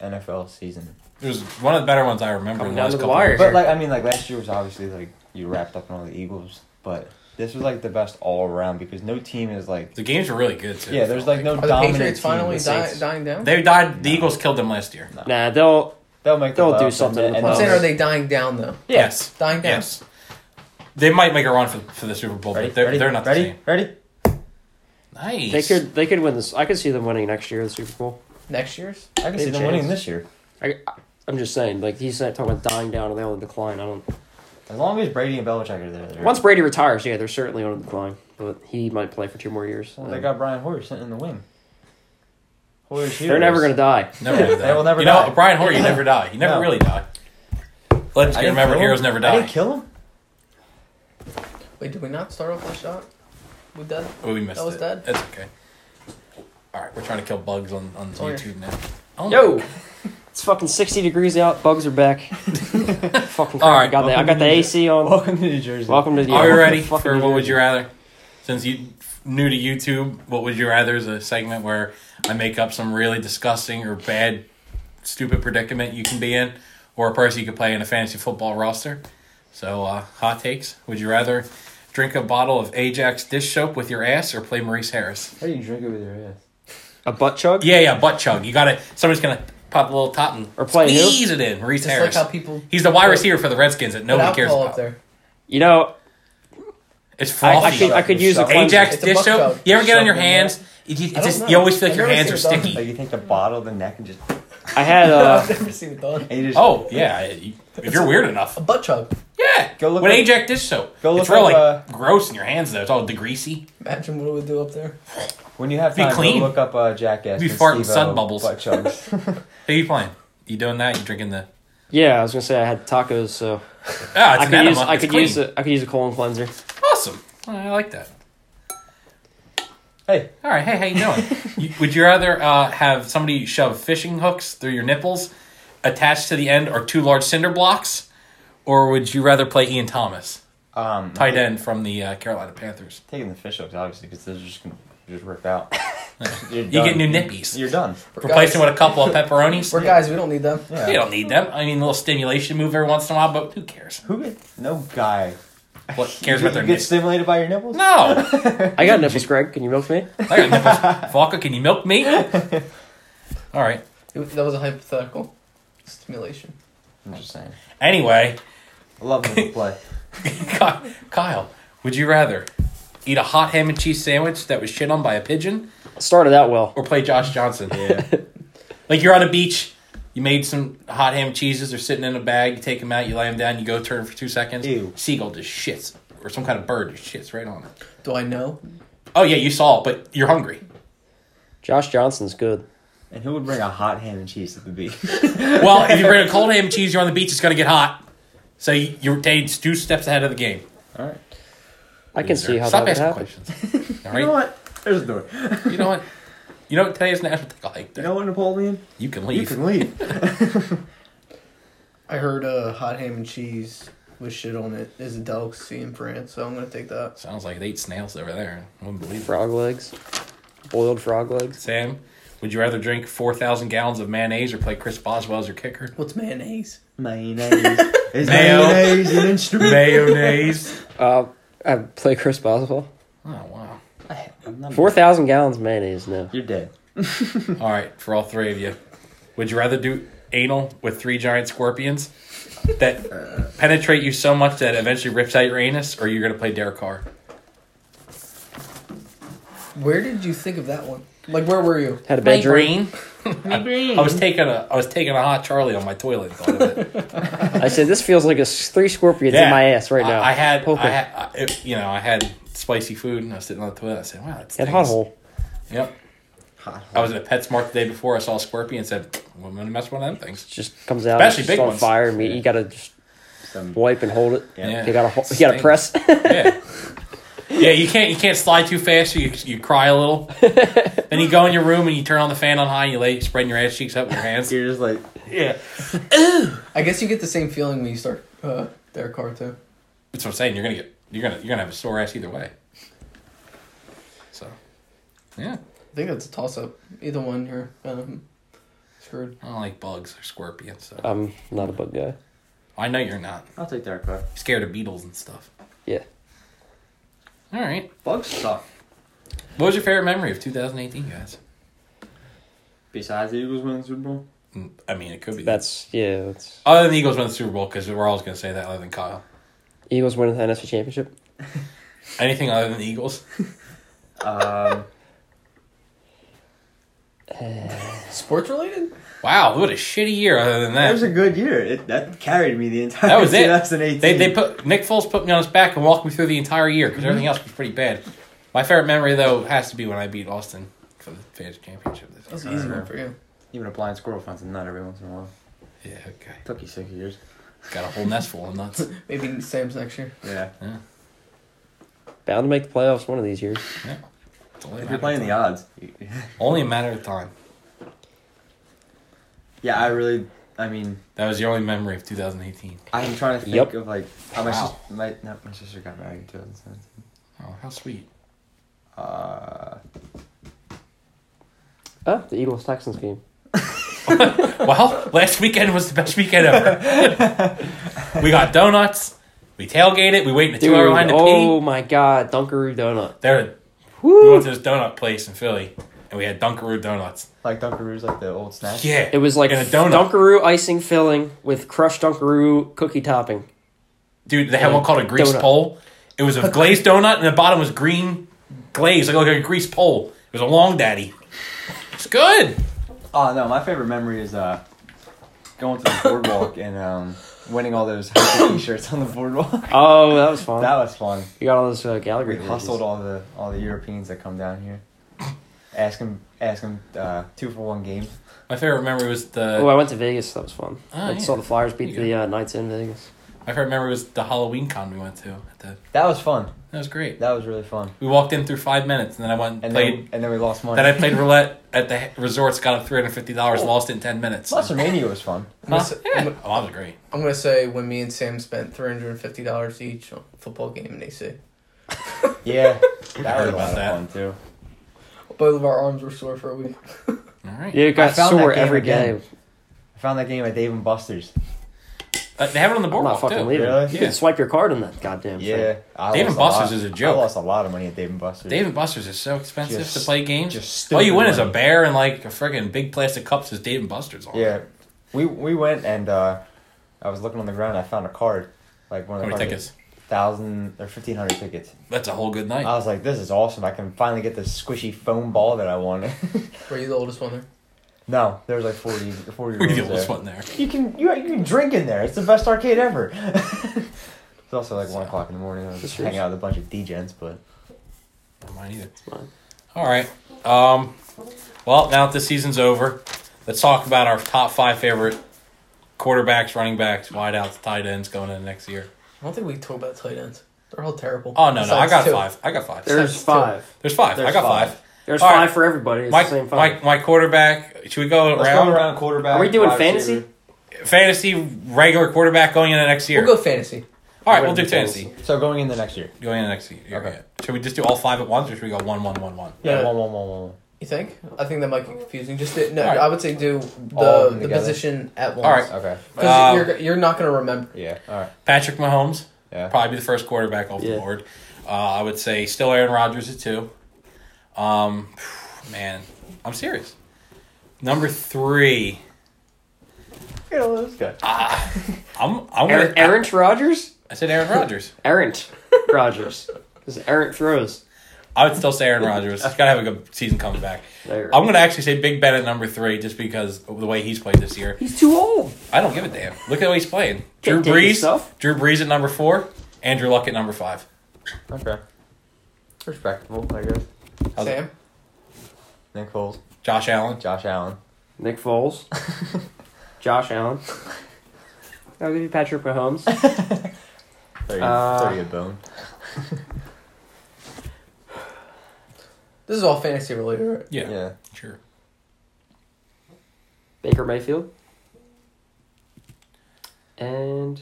[SPEAKER 1] NFL season.
[SPEAKER 2] It was one of the better ones I remember in
[SPEAKER 5] Coming
[SPEAKER 2] the
[SPEAKER 5] down
[SPEAKER 2] last
[SPEAKER 5] to the
[SPEAKER 2] couple
[SPEAKER 5] wire.
[SPEAKER 2] years.
[SPEAKER 5] Sure.
[SPEAKER 1] But like I mean, like last year was obviously like you wrapped up in all the Eagles, but this was like the best all around because no team is like
[SPEAKER 2] The games were really good. Too,
[SPEAKER 1] yeah. There's like no
[SPEAKER 4] Are the
[SPEAKER 1] dominant
[SPEAKER 4] Patriots
[SPEAKER 1] team.
[SPEAKER 4] finally
[SPEAKER 1] The
[SPEAKER 4] di-
[SPEAKER 1] Saints-
[SPEAKER 4] dying down?
[SPEAKER 2] They died. The Eagles killed them last year.
[SPEAKER 5] Nah, they'll.
[SPEAKER 1] They'll make.
[SPEAKER 5] They'll
[SPEAKER 1] the
[SPEAKER 5] do
[SPEAKER 1] playoffs,
[SPEAKER 5] something
[SPEAKER 1] and
[SPEAKER 5] in the
[SPEAKER 1] then-
[SPEAKER 4] I'm
[SPEAKER 5] playoffs.
[SPEAKER 4] saying, are they dying down though?
[SPEAKER 2] Yes.
[SPEAKER 4] Dying down.
[SPEAKER 2] Yes. They might make a run for, for the Super Bowl,
[SPEAKER 1] Ready?
[SPEAKER 2] but they're,
[SPEAKER 1] Ready?
[SPEAKER 2] they're not
[SPEAKER 1] Ready?
[SPEAKER 2] the same.
[SPEAKER 1] Ready?
[SPEAKER 2] Nice.
[SPEAKER 5] They could. They could win this. I could see them winning next year the Super Bowl.
[SPEAKER 4] Next year's?
[SPEAKER 1] I can
[SPEAKER 5] They
[SPEAKER 1] see them
[SPEAKER 5] changed.
[SPEAKER 1] winning this year.
[SPEAKER 5] I, I'm just saying. Like he's not talking about dying down and they will decline. I don't.
[SPEAKER 1] As long as Brady and Belichick are there. they're-
[SPEAKER 5] Once Brady retires, yeah, they're certainly on a decline. But he might play for two more years.
[SPEAKER 1] Well, they
[SPEAKER 5] Um,
[SPEAKER 1] got Brian Hoyer sitting in the wing. Hoyer's
[SPEAKER 5] they're never gonna die.
[SPEAKER 2] Never do
[SPEAKER 1] They
[SPEAKER 2] that.
[SPEAKER 1] will never
[SPEAKER 2] you know,
[SPEAKER 1] die.
[SPEAKER 2] what, Brian Hoyer, you never die. You never
[SPEAKER 1] No.
[SPEAKER 2] really die. Let's
[SPEAKER 1] I
[SPEAKER 2] get
[SPEAKER 1] didn't
[SPEAKER 2] remember
[SPEAKER 1] kill
[SPEAKER 2] heroes
[SPEAKER 1] him.
[SPEAKER 2] never
[SPEAKER 1] I
[SPEAKER 2] die.
[SPEAKER 1] didn't kill him.
[SPEAKER 4] Wait, did we not start off with a shot? We did.
[SPEAKER 2] Oh, we missed
[SPEAKER 4] That was
[SPEAKER 2] it.
[SPEAKER 4] dead.
[SPEAKER 2] That's okay. All right, we're trying to kill bugs on, on
[SPEAKER 4] Oh, yeah.
[SPEAKER 2] YouTube now. Oh,
[SPEAKER 5] Yo, it's fucking 60 degrees out. Bugs are back. fucking.
[SPEAKER 2] All
[SPEAKER 5] All
[SPEAKER 2] right,
[SPEAKER 5] right, I got the, I
[SPEAKER 1] welcome
[SPEAKER 5] got the
[SPEAKER 1] to-
[SPEAKER 5] AC on.
[SPEAKER 1] Welcome to New Jersey.
[SPEAKER 5] Welcome to the.
[SPEAKER 2] Are
[SPEAKER 5] yeah,
[SPEAKER 2] we ready
[SPEAKER 5] fucking
[SPEAKER 2] for
[SPEAKER 5] New
[SPEAKER 2] what would
[SPEAKER 5] Jersey.
[SPEAKER 2] you rather? Since you new to YouTube, what would you rather is a segment where I make up some really disgusting or bad, stupid predicament you can be in, or a person you could play in a fantasy football roster. So, uh, hot takes. Would you rather drink a bottle of Ajax dish soap with your ass or play Maurice Harris?
[SPEAKER 1] How do you drink it with your ass?
[SPEAKER 5] A butt chug?
[SPEAKER 2] Yeah, yeah, butt chug. You gotta. Somebody's gonna pop a little top and
[SPEAKER 5] Or play who?
[SPEAKER 2] squeeze it in. Maurice
[SPEAKER 4] Just like
[SPEAKER 2] Harris.
[SPEAKER 4] how people
[SPEAKER 2] He's the wide receiver for the Redskins that
[SPEAKER 4] put
[SPEAKER 2] nobody cares
[SPEAKER 4] alcohol
[SPEAKER 2] about.
[SPEAKER 4] up there.
[SPEAKER 5] You know,
[SPEAKER 2] It's
[SPEAKER 5] I,
[SPEAKER 2] frothy.
[SPEAKER 5] I could I could use a cleanser.
[SPEAKER 2] Ajax
[SPEAKER 4] It's a
[SPEAKER 2] dish
[SPEAKER 4] buck
[SPEAKER 2] soap.
[SPEAKER 4] soap.
[SPEAKER 2] You ever get on your
[SPEAKER 1] Something
[SPEAKER 2] hands? It just, it
[SPEAKER 4] I don't
[SPEAKER 2] just-
[SPEAKER 4] know.
[SPEAKER 2] you always feel like
[SPEAKER 4] I've
[SPEAKER 2] your
[SPEAKER 4] never
[SPEAKER 2] hands are
[SPEAKER 4] seen it done.
[SPEAKER 1] Like
[SPEAKER 2] sticky.
[SPEAKER 1] you take the bottle, the neck, and just.
[SPEAKER 5] I had
[SPEAKER 4] I've
[SPEAKER 5] uh,
[SPEAKER 4] never seen it done.
[SPEAKER 1] And you just
[SPEAKER 2] Oh yeah, I- if you're weird enough,
[SPEAKER 4] A butt chug.
[SPEAKER 2] yeah.
[SPEAKER 1] Go look
[SPEAKER 2] with
[SPEAKER 1] up-
[SPEAKER 2] Ajax dish soap.
[SPEAKER 1] Go
[SPEAKER 2] it's
[SPEAKER 1] look
[SPEAKER 2] real
[SPEAKER 1] up,
[SPEAKER 2] like
[SPEAKER 1] uh,
[SPEAKER 2] gross in your hands though. It's all degreasy.
[SPEAKER 4] Imagine what it would do up there.
[SPEAKER 1] When you have
[SPEAKER 2] Be
[SPEAKER 1] time, go
[SPEAKER 2] clean.
[SPEAKER 1] look up uh, Jackass.
[SPEAKER 2] Be
[SPEAKER 1] and
[SPEAKER 2] farting
[SPEAKER 1] Steve-O
[SPEAKER 2] sun bubbles.
[SPEAKER 1] butt chugs.
[SPEAKER 2] Who you playing? You doing that? You drinking the?
[SPEAKER 5] yeah, I was gonna say I had tacos, so
[SPEAKER 2] Ah, it's
[SPEAKER 5] I
[SPEAKER 2] an
[SPEAKER 5] could use
[SPEAKER 2] enema.
[SPEAKER 5] I
[SPEAKER 2] It's
[SPEAKER 5] could
[SPEAKER 2] clean.
[SPEAKER 5] use a I could use a colon cleanser.
[SPEAKER 2] Awesome. Oh, I like that.
[SPEAKER 1] hey,
[SPEAKER 2] All right. Hey, how you doing? you, would you rather uh, have somebody shove fishing hooks through your nipples, attached to the end, or two large cinder blocks, or would you rather play Ian Thomas,
[SPEAKER 1] um,
[SPEAKER 2] tight end from the uh, Carolina Panthers?
[SPEAKER 1] taking the fish hooks obviously because those are just gonna just rip out. You're
[SPEAKER 2] You get
[SPEAKER 1] done.
[SPEAKER 2] new nippies.
[SPEAKER 1] You're done.
[SPEAKER 2] Replace them
[SPEAKER 4] guys.
[SPEAKER 2] with a couple of pepperonis.
[SPEAKER 4] We're guys. We don't need them.
[SPEAKER 1] Yeah.
[SPEAKER 2] You don't need them. I mean, a little stimulation move every once in a while, but who cares?
[SPEAKER 1] Who? Get, no guy
[SPEAKER 2] What cares
[SPEAKER 1] you,
[SPEAKER 2] about their
[SPEAKER 1] you get
[SPEAKER 2] nipples?
[SPEAKER 1] stimulated by your nipples.
[SPEAKER 2] No,
[SPEAKER 5] I got nipples, Greg. Can you milk me?
[SPEAKER 2] I got nipples. Falka, can you milk me? All right.
[SPEAKER 4] It- That was a hypothetical stimulation.
[SPEAKER 1] I'm just saying.
[SPEAKER 2] Anyway,
[SPEAKER 1] I love them to play.
[SPEAKER 2] Ky- Kyle, would you rather eat a hot ham and cheese sandwich that was shit on by a pigeon,
[SPEAKER 5] Started out well.
[SPEAKER 2] or play Josh Johnson?
[SPEAKER 1] Yeah.
[SPEAKER 2] Like you're on a beach, you made some hot ham and cheeses. They're sitting in a bag. You take them out. You lay them down. You go turn for two seconds.
[SPEAKER 1] Ew.
[SPEAKER 2] Seagull just shits, or some kind of bird just shits right on it.
[SPEAKER 4] Do I know?
[SPEAKER 2] Oh yeah, you saw it, but you're hungry.
[SPEAKER 5] Josh Johnson's good.
[SPEAKER 1] And who would bring a hot ham and cheese to the beach?
[SPEAKER 2] Well, if you bring a cold ham and cheese, you're on the beach. It's gonna get hot. So you- you're Dane's two steps ahead of the game.
[SPEAKER 1] All right.
[SPEAKER 5] I can see how
[SPEAKER 2] Stop
[SPEAKER 5] that would
[SPEAKER 2] asking
[SPEAKER 5] happen.
[SPEAKER 2] questions. All
[SPEAKER 1] You know
[SPEAKER 2] right.
[SPEAKER 1] what? There's the door. You
[SPEAKER 2] You know what? You know what? Today is National Take a Hike Day.
[SPEAKER 1] know what, Napoleon?
[SPEAKER 2] You can
[SPEAKER 1] You
[SPEAKER 2] leave.
[SPEAKER 1] can leave.
[SPEAKER 4] I heard uh, hot ham and cheese with shit on it is a delicacy in France, so I'm gonna take that.
[SPEAKER 2] Sounds like they ate snails over there. I wouldn't believe it.
[SPEAKER 5] Frog legs, boiled frog legs.
[SPEAKER 2] Sam, would you rather drink four thousand gallons of mayonnaise or play Chris Boswell as your kicker?
[SPEAKER 4] What's mayonnaise?
[SPEAKER 1] Mayonnaise. Is
[SPEAKER 2] Mayo.
[SPEAKER 1] mayonnaise an instrument?
[SPEAKER 2] Mayonnaise.
[SPEAKER 5] Uh, I play Chris Boswell.
[SPEAKER 2] Oh wow!
[SPEAKER 1] I'm not-
[SPEAKER 5] Four thousand gallons mayonnaise. No.
[SPEAKER 1] You're dead.
[SPEAKER 2] All right, for all three of you, would you rather do anal with three giant scorpions that penetrate you so much that it eventually rips out your anus, or you're gonna play Derek Carr?
[SPEAKER 4] Where did you think of that one? Like, where were you?
[SPEAKER 5] Had a bad dream.
[SPEAKER 2] I, I was taking a I was taking a hot Charlie on my toilet. and Thought of it.
[SPEAKER 5] I said, this feels like a s- three scorpions in my ass right
[SPEAKER 2] I-
[SPEAKER 5] now.
[SPEAKER 2] I, had, I
[SPEAKER 5] Poking.
[SPEAKER 2] had I, it- you know I had spicy food and I was sitting on the toilet. I said, "Wow, that's
[SPEAKER 5] and hot hole.
[SPEAKER 2] Yep.
[SPEAKER 1] Hot.
[SPEAKER 2] I was at PetSmart the day before. I saw a scorpion and said, "I'm gonna mess with one of them things."
[SPEAKER 5] Just comes out.
[SPEAKER 2] Especially
[SPEAKER 5] it's
[SPEAKER 2] big
[SPEAKER 5] on
[SPEAKER 2] ones.
[SPEAKER 5] fire. And you gotta just
[SPEAKER 1] them.
[SPEAKER 5] wipe and hold it.
[SPEAKER 1] Yeah.
[SPEAKER 5] You gotta hol- you gotta
[SPEAKER 2] Stinks.
[SPEAKER 5] press.
[SPEAKER 2] Yeah. Yeah, you can't you can't slide too fast. You you cry a little. then you go in your room and you turn on the fan on high. and You lay spreading your ass cheeks out with your hands.
[SPEAKER 1] You're just like,
[SPEAKER 2] Yeah,
[SPEAKER 4] I guess you get the same feeling when you start uh, their car too.
[SPEAKER 2] that's what I'm saying. You're gonna get you're gonna you're gonna have a sore ass either way. So, yeah,
[SPEAKER 4] I think that's a toss up. Either one, you're um, screwed.
[SPEAKER 2] I don't like bugs or scorpions. So
[SPEAKER 5] I'm not a bug guy.
[SPEAKER 2] I know you're not
[SPEAKER 1] I'll take dark car.
[SPEAKER 2] You're scared of beetles and stuff.
[SPEAKER 5] Yeah.
[SPEAKER 2] All right.
[SPEAKER 1] Bugs suck.
[SPEAKER 2] What was your favorite memory of 2018, guys?
[SPEAKER 1] Besides the Eagles winning the Super Bowl,
[SPEAKER 2] Mm, I mean, it could be
[SPEAKER 5] That's yeah. That's
[SPEAKER 2] other than the Eagles win the Super Bowl because we're always gonna say that other than Kyle.
[SPEAKER 5] Eagles winning the NFC Championship.
[SPEAKER 2] Anything other than the Eagles?
[SPEAKER 1] um,
[SPEAKER 4] Sports related?
[SPEAKER 2] Wow, what a shitty year. Other than
[SPEAKER 1] that was
[SPEAKER 2] that,
[SPEAKER 1] a good year. It, that carried me the entire.
[SPEAKER 2] That was it.
[SPEAKER 1] 2018.
[SPEAKER 2] they they put Nick Foles put me on his back and walked me through the entire year because everything else was pretty bad. My favorite memory though has to be when I beat Austin for the fans championship. This
[SPEAKER 4] That's
[SPEAKER 2] year.
[SPEAKER 4] an easy one for you.
[SPEAKER 1] even a blind squirrel finds a nut every once in a while.
[SPEAKER 2] Yeah, okay.
[SPEAKER 1] Took you six years.
[SPEAKER 2] Got a whole nest full of nuts.
[SPEAKER 4] Maybe Sam's next year.
[SPEAKER 1] Yeah.
[SPEAKER 5] Bound to make the playoffs one of these years.
[SPEAKER 2] It's only a matter
[SPEAKER 1] If you're
[SPEAKER 2] of
[SPEAKER 1] playing the
[SPEAKER 2] time.
[SPEAKER 1] odds, you-
[SPEAKER 2] only a matter of time.
[SPEAKER 1] yeah, I really. I mean,
[SPEAKER 2] That was the only memory of 2018.
[SPEAKER 1] I'm trying to think
[SPEAKER 5] Yep.
[SPEAKER 1] of like how my,
[SPEAKER 2] Wow.
[SPEAKER 1] sis- my, no, my sister got married in 2017.
[SPEAKER 2] Oh, how sweet.
[SPEAKER 1] Uh,
[SPEAKER 5] Oh, the Eagles Texans game.
[SPEAKER 2] Well, last weekend was the best weekend ever. we got donuts. We tailgated. We waited in the
[SPEAKER 5] Dude,
[SPEAKER 2] two hour line to
[SPEAKER 5] oh
[SPEAKER 2] pee.
[SPEAKER 5] my God, Dunkaroo donut.
[SPEAKER 2] There, we
[SPEAKER 5] Woo!
[SPEAKER 2] went to this donut place in Philly, and we had Dunkaroo donuts.
[SPEAKER 1] like Dunkaroos, like the old snack.
[SPEAKER 2] Yeah,
[SPEAKER 5] It was like
[SPEAKER 2] And a donut.
[SPEAKER 5] Dunkaroo icing filling with crushed Dunkaroo cookie topping.
[SPEAKER 2] dude. They had one called a grease
[SPEAKER 5] Donut.
[SPEAKER 2] pole. It was a glazed donut, and the bottom was green glaze, like, like a grease pole. It was a long daddy. It's good.
[SPEAKER 1] Oh no, my favorite memory is uh, going to the boardwalk and um, winning all those high t-shirts on the boardwalk.
[SPEAKER 5] Oh, that was fun.
[SPEAKER 1] that was fun.
[SPEAKER 5] you got all those uh,
[SPEAKER 1] We
[SPEAKER 5] Gallagher.
[SPEAKER 1] hustled all the all the Europeans that come down here. Ask them, ask them uh, two for one games.
[SPEAKER 2] My favorite memory was the.
[SPEAKER 5] Oh, I went to Vegas. That was fun.
[SPEAKER 2] Ah,
[SPEAKER 5] I
[SPEAKER 2] yeah.
[SPEAKER 5] saw the Flyers beat
[SPEAKER 2] There
[SPEAKER 5] the
[SPEAKER 2] you
[SPEAKER 5] uh, Knights in Vegas.
[SPEAKER 2] my favorite memory was the Halloween con we went to. At the,
[SPEAKER 1] That was fun.
[SPEAKER 2] that was great.
[SPEAKER 1] That was really fun.
[SPEAKER 2] We walked in through five minutes, and then I went and
[SPEAKER 1] And
[SPEAKER 2] played.
[SPEAKER 1] then and then we lost money.
[SPEAKER 2] Then I played roulette at the resorts, got up three hundred fifty dollars, lost it in ten minutes.
[SPEAKER 1] WrestleMania was fun.
[SPEAKER 4] I'm gonna, say,
[SPEAKER 2] Yeah.
[SPEAKER 4] I'm,
[SPEAKER 2] Oh,
[SPEAKER 4] gonna-
[SPEAKER 2] I was great.
[SPEAKER 4] I'm gonna say when me and Sam spent three hundred and fifty dollars each on a football game in AC.
[SPEAKER 1] Yeah, that
[SPEAKER 2] heard
[SPEAKER 1] was a
[SPEAKER 2] about
[SPEAKER 1] lot of
[SPEAKER 2] that.
[SPEAKER 1] fun too.
[SPEAKER 4] Both of our arms were sore for a week.
[SPEAKER 2] All right.
[SPEAKER 5] Yeah, it got
[SPEAKER 1] found that
[SPEAKER 5] sore
[SPEAKER 1] game
[SPEAKER 5] every
[SPEAKER 1] again.
[SPEAKER 5] game.
[SPEAKER 1] I found that game at Dave and Buster's.
[SPEAKER 2] Uh, they have it on the
[SPEAKER 5] I'm not
[SPEAKER 2] boardwalk
[SPEAKER 5] fucking
[SPEAKER 2] too.
[SPEAKER 5] leaving.
[SPEAKER 1] Really?
[SPEAKER 5] You
[SPEAKER 2] Yeah.
[SPEAKER 5] can swipe your card in that goddamn
[SPEAKER 1] Yeah,
[SPEAKER 5] thing.
[SPEAKER 1] I
[SPEAKER 2] Dave and
[SPEAKER 1] lost
[SPEAKER 2] Buster's
[SPEAKER 1] lot-
[SPEAKER 2] is a joke.
[SPEAKER 1] I lost a lot of money at Dave and Buster's.
[SPEAKER 2] Dave and Buster's is so expensive
[SPEAKER 1] Just-
[SPEAKER 2] to play games.
[SPEAKER 1] just
[SPEAKER 2] All you
[SPEAKER 1] stupid
[SPEAKER 2] win is a
[SPEAKER 1] money.
[SPEAKER 2] bear and like a friggin' big plastic cup says Dave and Buster's on. it.
[SPEAKER 1] Yeah, we we went and uh, I was looking on the ground. I found a card, like one
[SPEAKER 2] How
[SPEAKER 1] of the
[SPEAKER 2] many
[SPEAKER 1] cards,
[SPEAKER 2] tickets?
[SPEAKER 1] thousand or fifteen hundred tickets.
[SPEAKER 2] That's a whole good
[SPEAKER 1] I
[SPEAKER 2] night.
[SPEAKER 1] was like, this is awesome. I can finally get this squishy foam ball that I wanted.
[SPEAKER 4] Were you the oldest one there?
[SPEAKER 1] no, there's like 40, 40
[SPEAKER 2] We're
[SPEAKER 1] year
[SPEAKER 2] the
[SPEAKER 1] olds
[SPEAKER 2] oldest
[SPEAKER 1] there.
[SPEAKER 2] one there.
[SPEAKER 1] You can you, you can drink in there. It's the best arcade ever. it's also like one o'clock in the morning. I was just
[SPEAKER 5] This
[SPEAKER 1] hanging
[SPEAKER 5] is-
[SPEAKER 1] out with a bunch of degens, but
[SPEAKER 2] Not mine either.
[SPEAKER 5] mine.
[SPEAKER 2] All right. Um, well, now that this season's over, let's talk about our top five favorite quarterbacks, running backs, wideouts, tight ends going into next year.
[SPEAKER 4] I don't think we talk about tight ends. They're all terrible.
[SPEAKER 2] Oh no, no, I
[SPEAKER 4] Besides
[SPEAKER 2] got
[SPEAKER 4] two.
[SPEAKER 2] five. I got five.
[SPEAKER 5] There's
[SPEAKER 4] Besides two.
[SPEAKER 5] five.
[SPEAKER 2] There's five. I
[SPEAKER 1] There's
[SPEAKER 2] got
[SPEAKER 1] five.
[SPEAKER 2] five.
[SPEAKER 5] There's
[SPEAKER 2] All
[SPEAKER 5] five
[SPEAKER 2] right.
[SPEAKER 5] for everybody. It's
[SPEAKER 2] My,
[SPEAKER 5] the same
[SPEAKER 2] my
[SPEAKER 5] five.
[SPEAKER 2] my quarterback. Should we go
[SPEAKER 1] Let's
[SPEAKER 2] around?
[SPEAKER 1] go around quarterback.
[SPEAKER 5] Are we doing
[SPEAKER 1] wide
[SPEAKER 5] fantasy?
[SPEAKER 1] receiver.
[SPEAKER 2] fantasy regular quarterback going into next year.
[SPEAKER 4] We'll go fantasy.
[SPEAKER 2] all right,
[SPEAKER 5] We're
[SPEAKER 2] we'll do
[SPEAKER 5] gonna do
[SPEAKER 2] fantasy
[SPEAKER 1] So going into next year.
[SPEAKER 2] going into next year.
[SPEAKER 1] Okay.
[SPEAKER 2] Should we just do all five at once, or should we go one, one, one, one?
[SPEAKER 1] Yeah,
[SPEAKER 4] Yeah.
[SPEAKER 1] one, one, one, one, one.
[SPEAKER 4] You think? I think that might get confusing. Just do, no,
[SPEAKER 2] All right.
[SPEAKER 4] I would say do
[SPEAKER 1] All
[SPEAKER 4] the
[SPEAKER 1] of them
[SPEAKER 4] the
[SPEAKER 1] together.
[SPEAKER 4] position at once.
[SPEAKER 2] All right.
[SPEAKER 1] Okay.
[SPEAKER 4] Because
[SPEAKER 2] Um,
[SPEAKER 4] you're you're not gonna remember.
[SPEAKER 1] Yeah. All right.
[SPEAKER 2] Patrick Mahomes
[SPEAKER 1] Yeah.
[SPEAKER 2] probably be the first quarterback off the
[SPEAKER 5] Yeah.
[SPEAKER 2] board. Uh, I would say still Aaron Rodgers at two. Um, man, I'm serious. Number three,
[SPEAKER 1] Look at all those guys.
[SPEAKER 2] I'm I'm
[SPEAKER 5] Er-
[SPEAKER 2] gonna,
[SPEAKER 5] errant Rogers?
[SPEAKER 2] I said Aaron Rodgers.
[SPEAKER 5] Errant Rogers. This is errant throws.
[SPEAKER 2] I would still say Aaron Rodgers. He's got to have a good season coming back.
[SPEAKER 5] There.
[SPEAKER 2] I'm going to actually say Big Ben at number three just because of the way he's played this year.
[SPEAKER 5] He's too old.
[SPEAKER 2] I don't give a damn. Look at how he's playing. Drew
[SPEAKER 5] Can't take
[SPEAKER 2] Brees.
[SPEAKER 5] yourself.
[SPEAKER 2] Drew Brees at number four. Andrew Luck at number five.
[SPEAKER 1] Okay. Respectable, I guess.
[SPEAKER 2] How's it?
[SPEAKER 4] Sam,
[SPEAKER 1] Nick Foles,
[SPEAKER 2] Josh Allen.
[SPEAKER 1] Josh Allen.
[SPEAKER 5] Nick Foles. Josh Allen. I'll give you Patrick Mahomes.
[SPEAKER 1] Throw you,
[SPEAKER 5] Uh,
[SPEAKER 1] throw you a bone.
[SPEAKER 4] This is all fantasy related, right?
[SPEAKER 2] Yeah,
[SPEAKER 1] yeah.
[SPEAKER 2] sure.
[SPEAKER 5] Baker Mayfield. And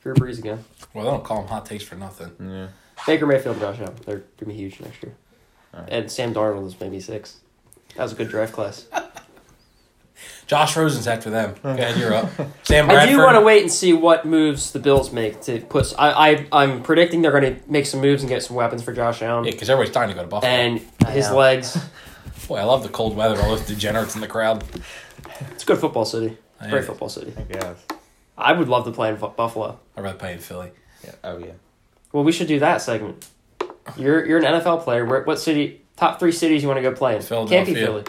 [SPEAKER 5] Drew Brees again.
[SPEAKER 2] Well, they don't call them hot takes for nothing.
[SPEAKER 1] Yeah.
[SPEAKER 5] Baker Mayfield and Josh Allen. They're going to be huge next year.
[SPEAKER 1] Alright.
[SPEAKER 5] And Sam Darnold is maybe six. That was a good draft class.
[SPEAKER 2] Josh Rosen's after them. Yeah, you're up. Sam
[SPEAKER 5] I
[SPEAKER 2] Bradford.
[SPEAKER 5] do want to wait and see what moves the Bills make to put. I, I, I'm predicting they're going to make some moves and get some weapons for Josh Allen.
[SPEAKER 2] Yeah, because everybody's dying to go to Buffalo.
[SPEAKER 5] And
[SPEAKER 1] I
[SPEAKER 5] his
[SPEAKER 1] know.
[SPEAKER 5] legs.
[SPEAKER 2] Boy, I love the cold weather. All those degenerates in the crowd.
[SPEAKER 5] It's a good football city.
[SPEAKER 2] I
[SPEAKER 5] Great football city.
[SPEAKER 1] I guess.
[SPEAKER 5] I would love to play in Fu- Buffalo.
[SPEAKER 2] I'd rather play in Philly.
[SPEAKER 1] Yeah. Oh yeah.
[SPEAKER 5] Well, we should do that segment. You're you're an NFL player. Where, what city? Top three cities you want to go play in? Can't
[SPEAKER 2] Philadelphia.
[SPEAKER 5] be Philly.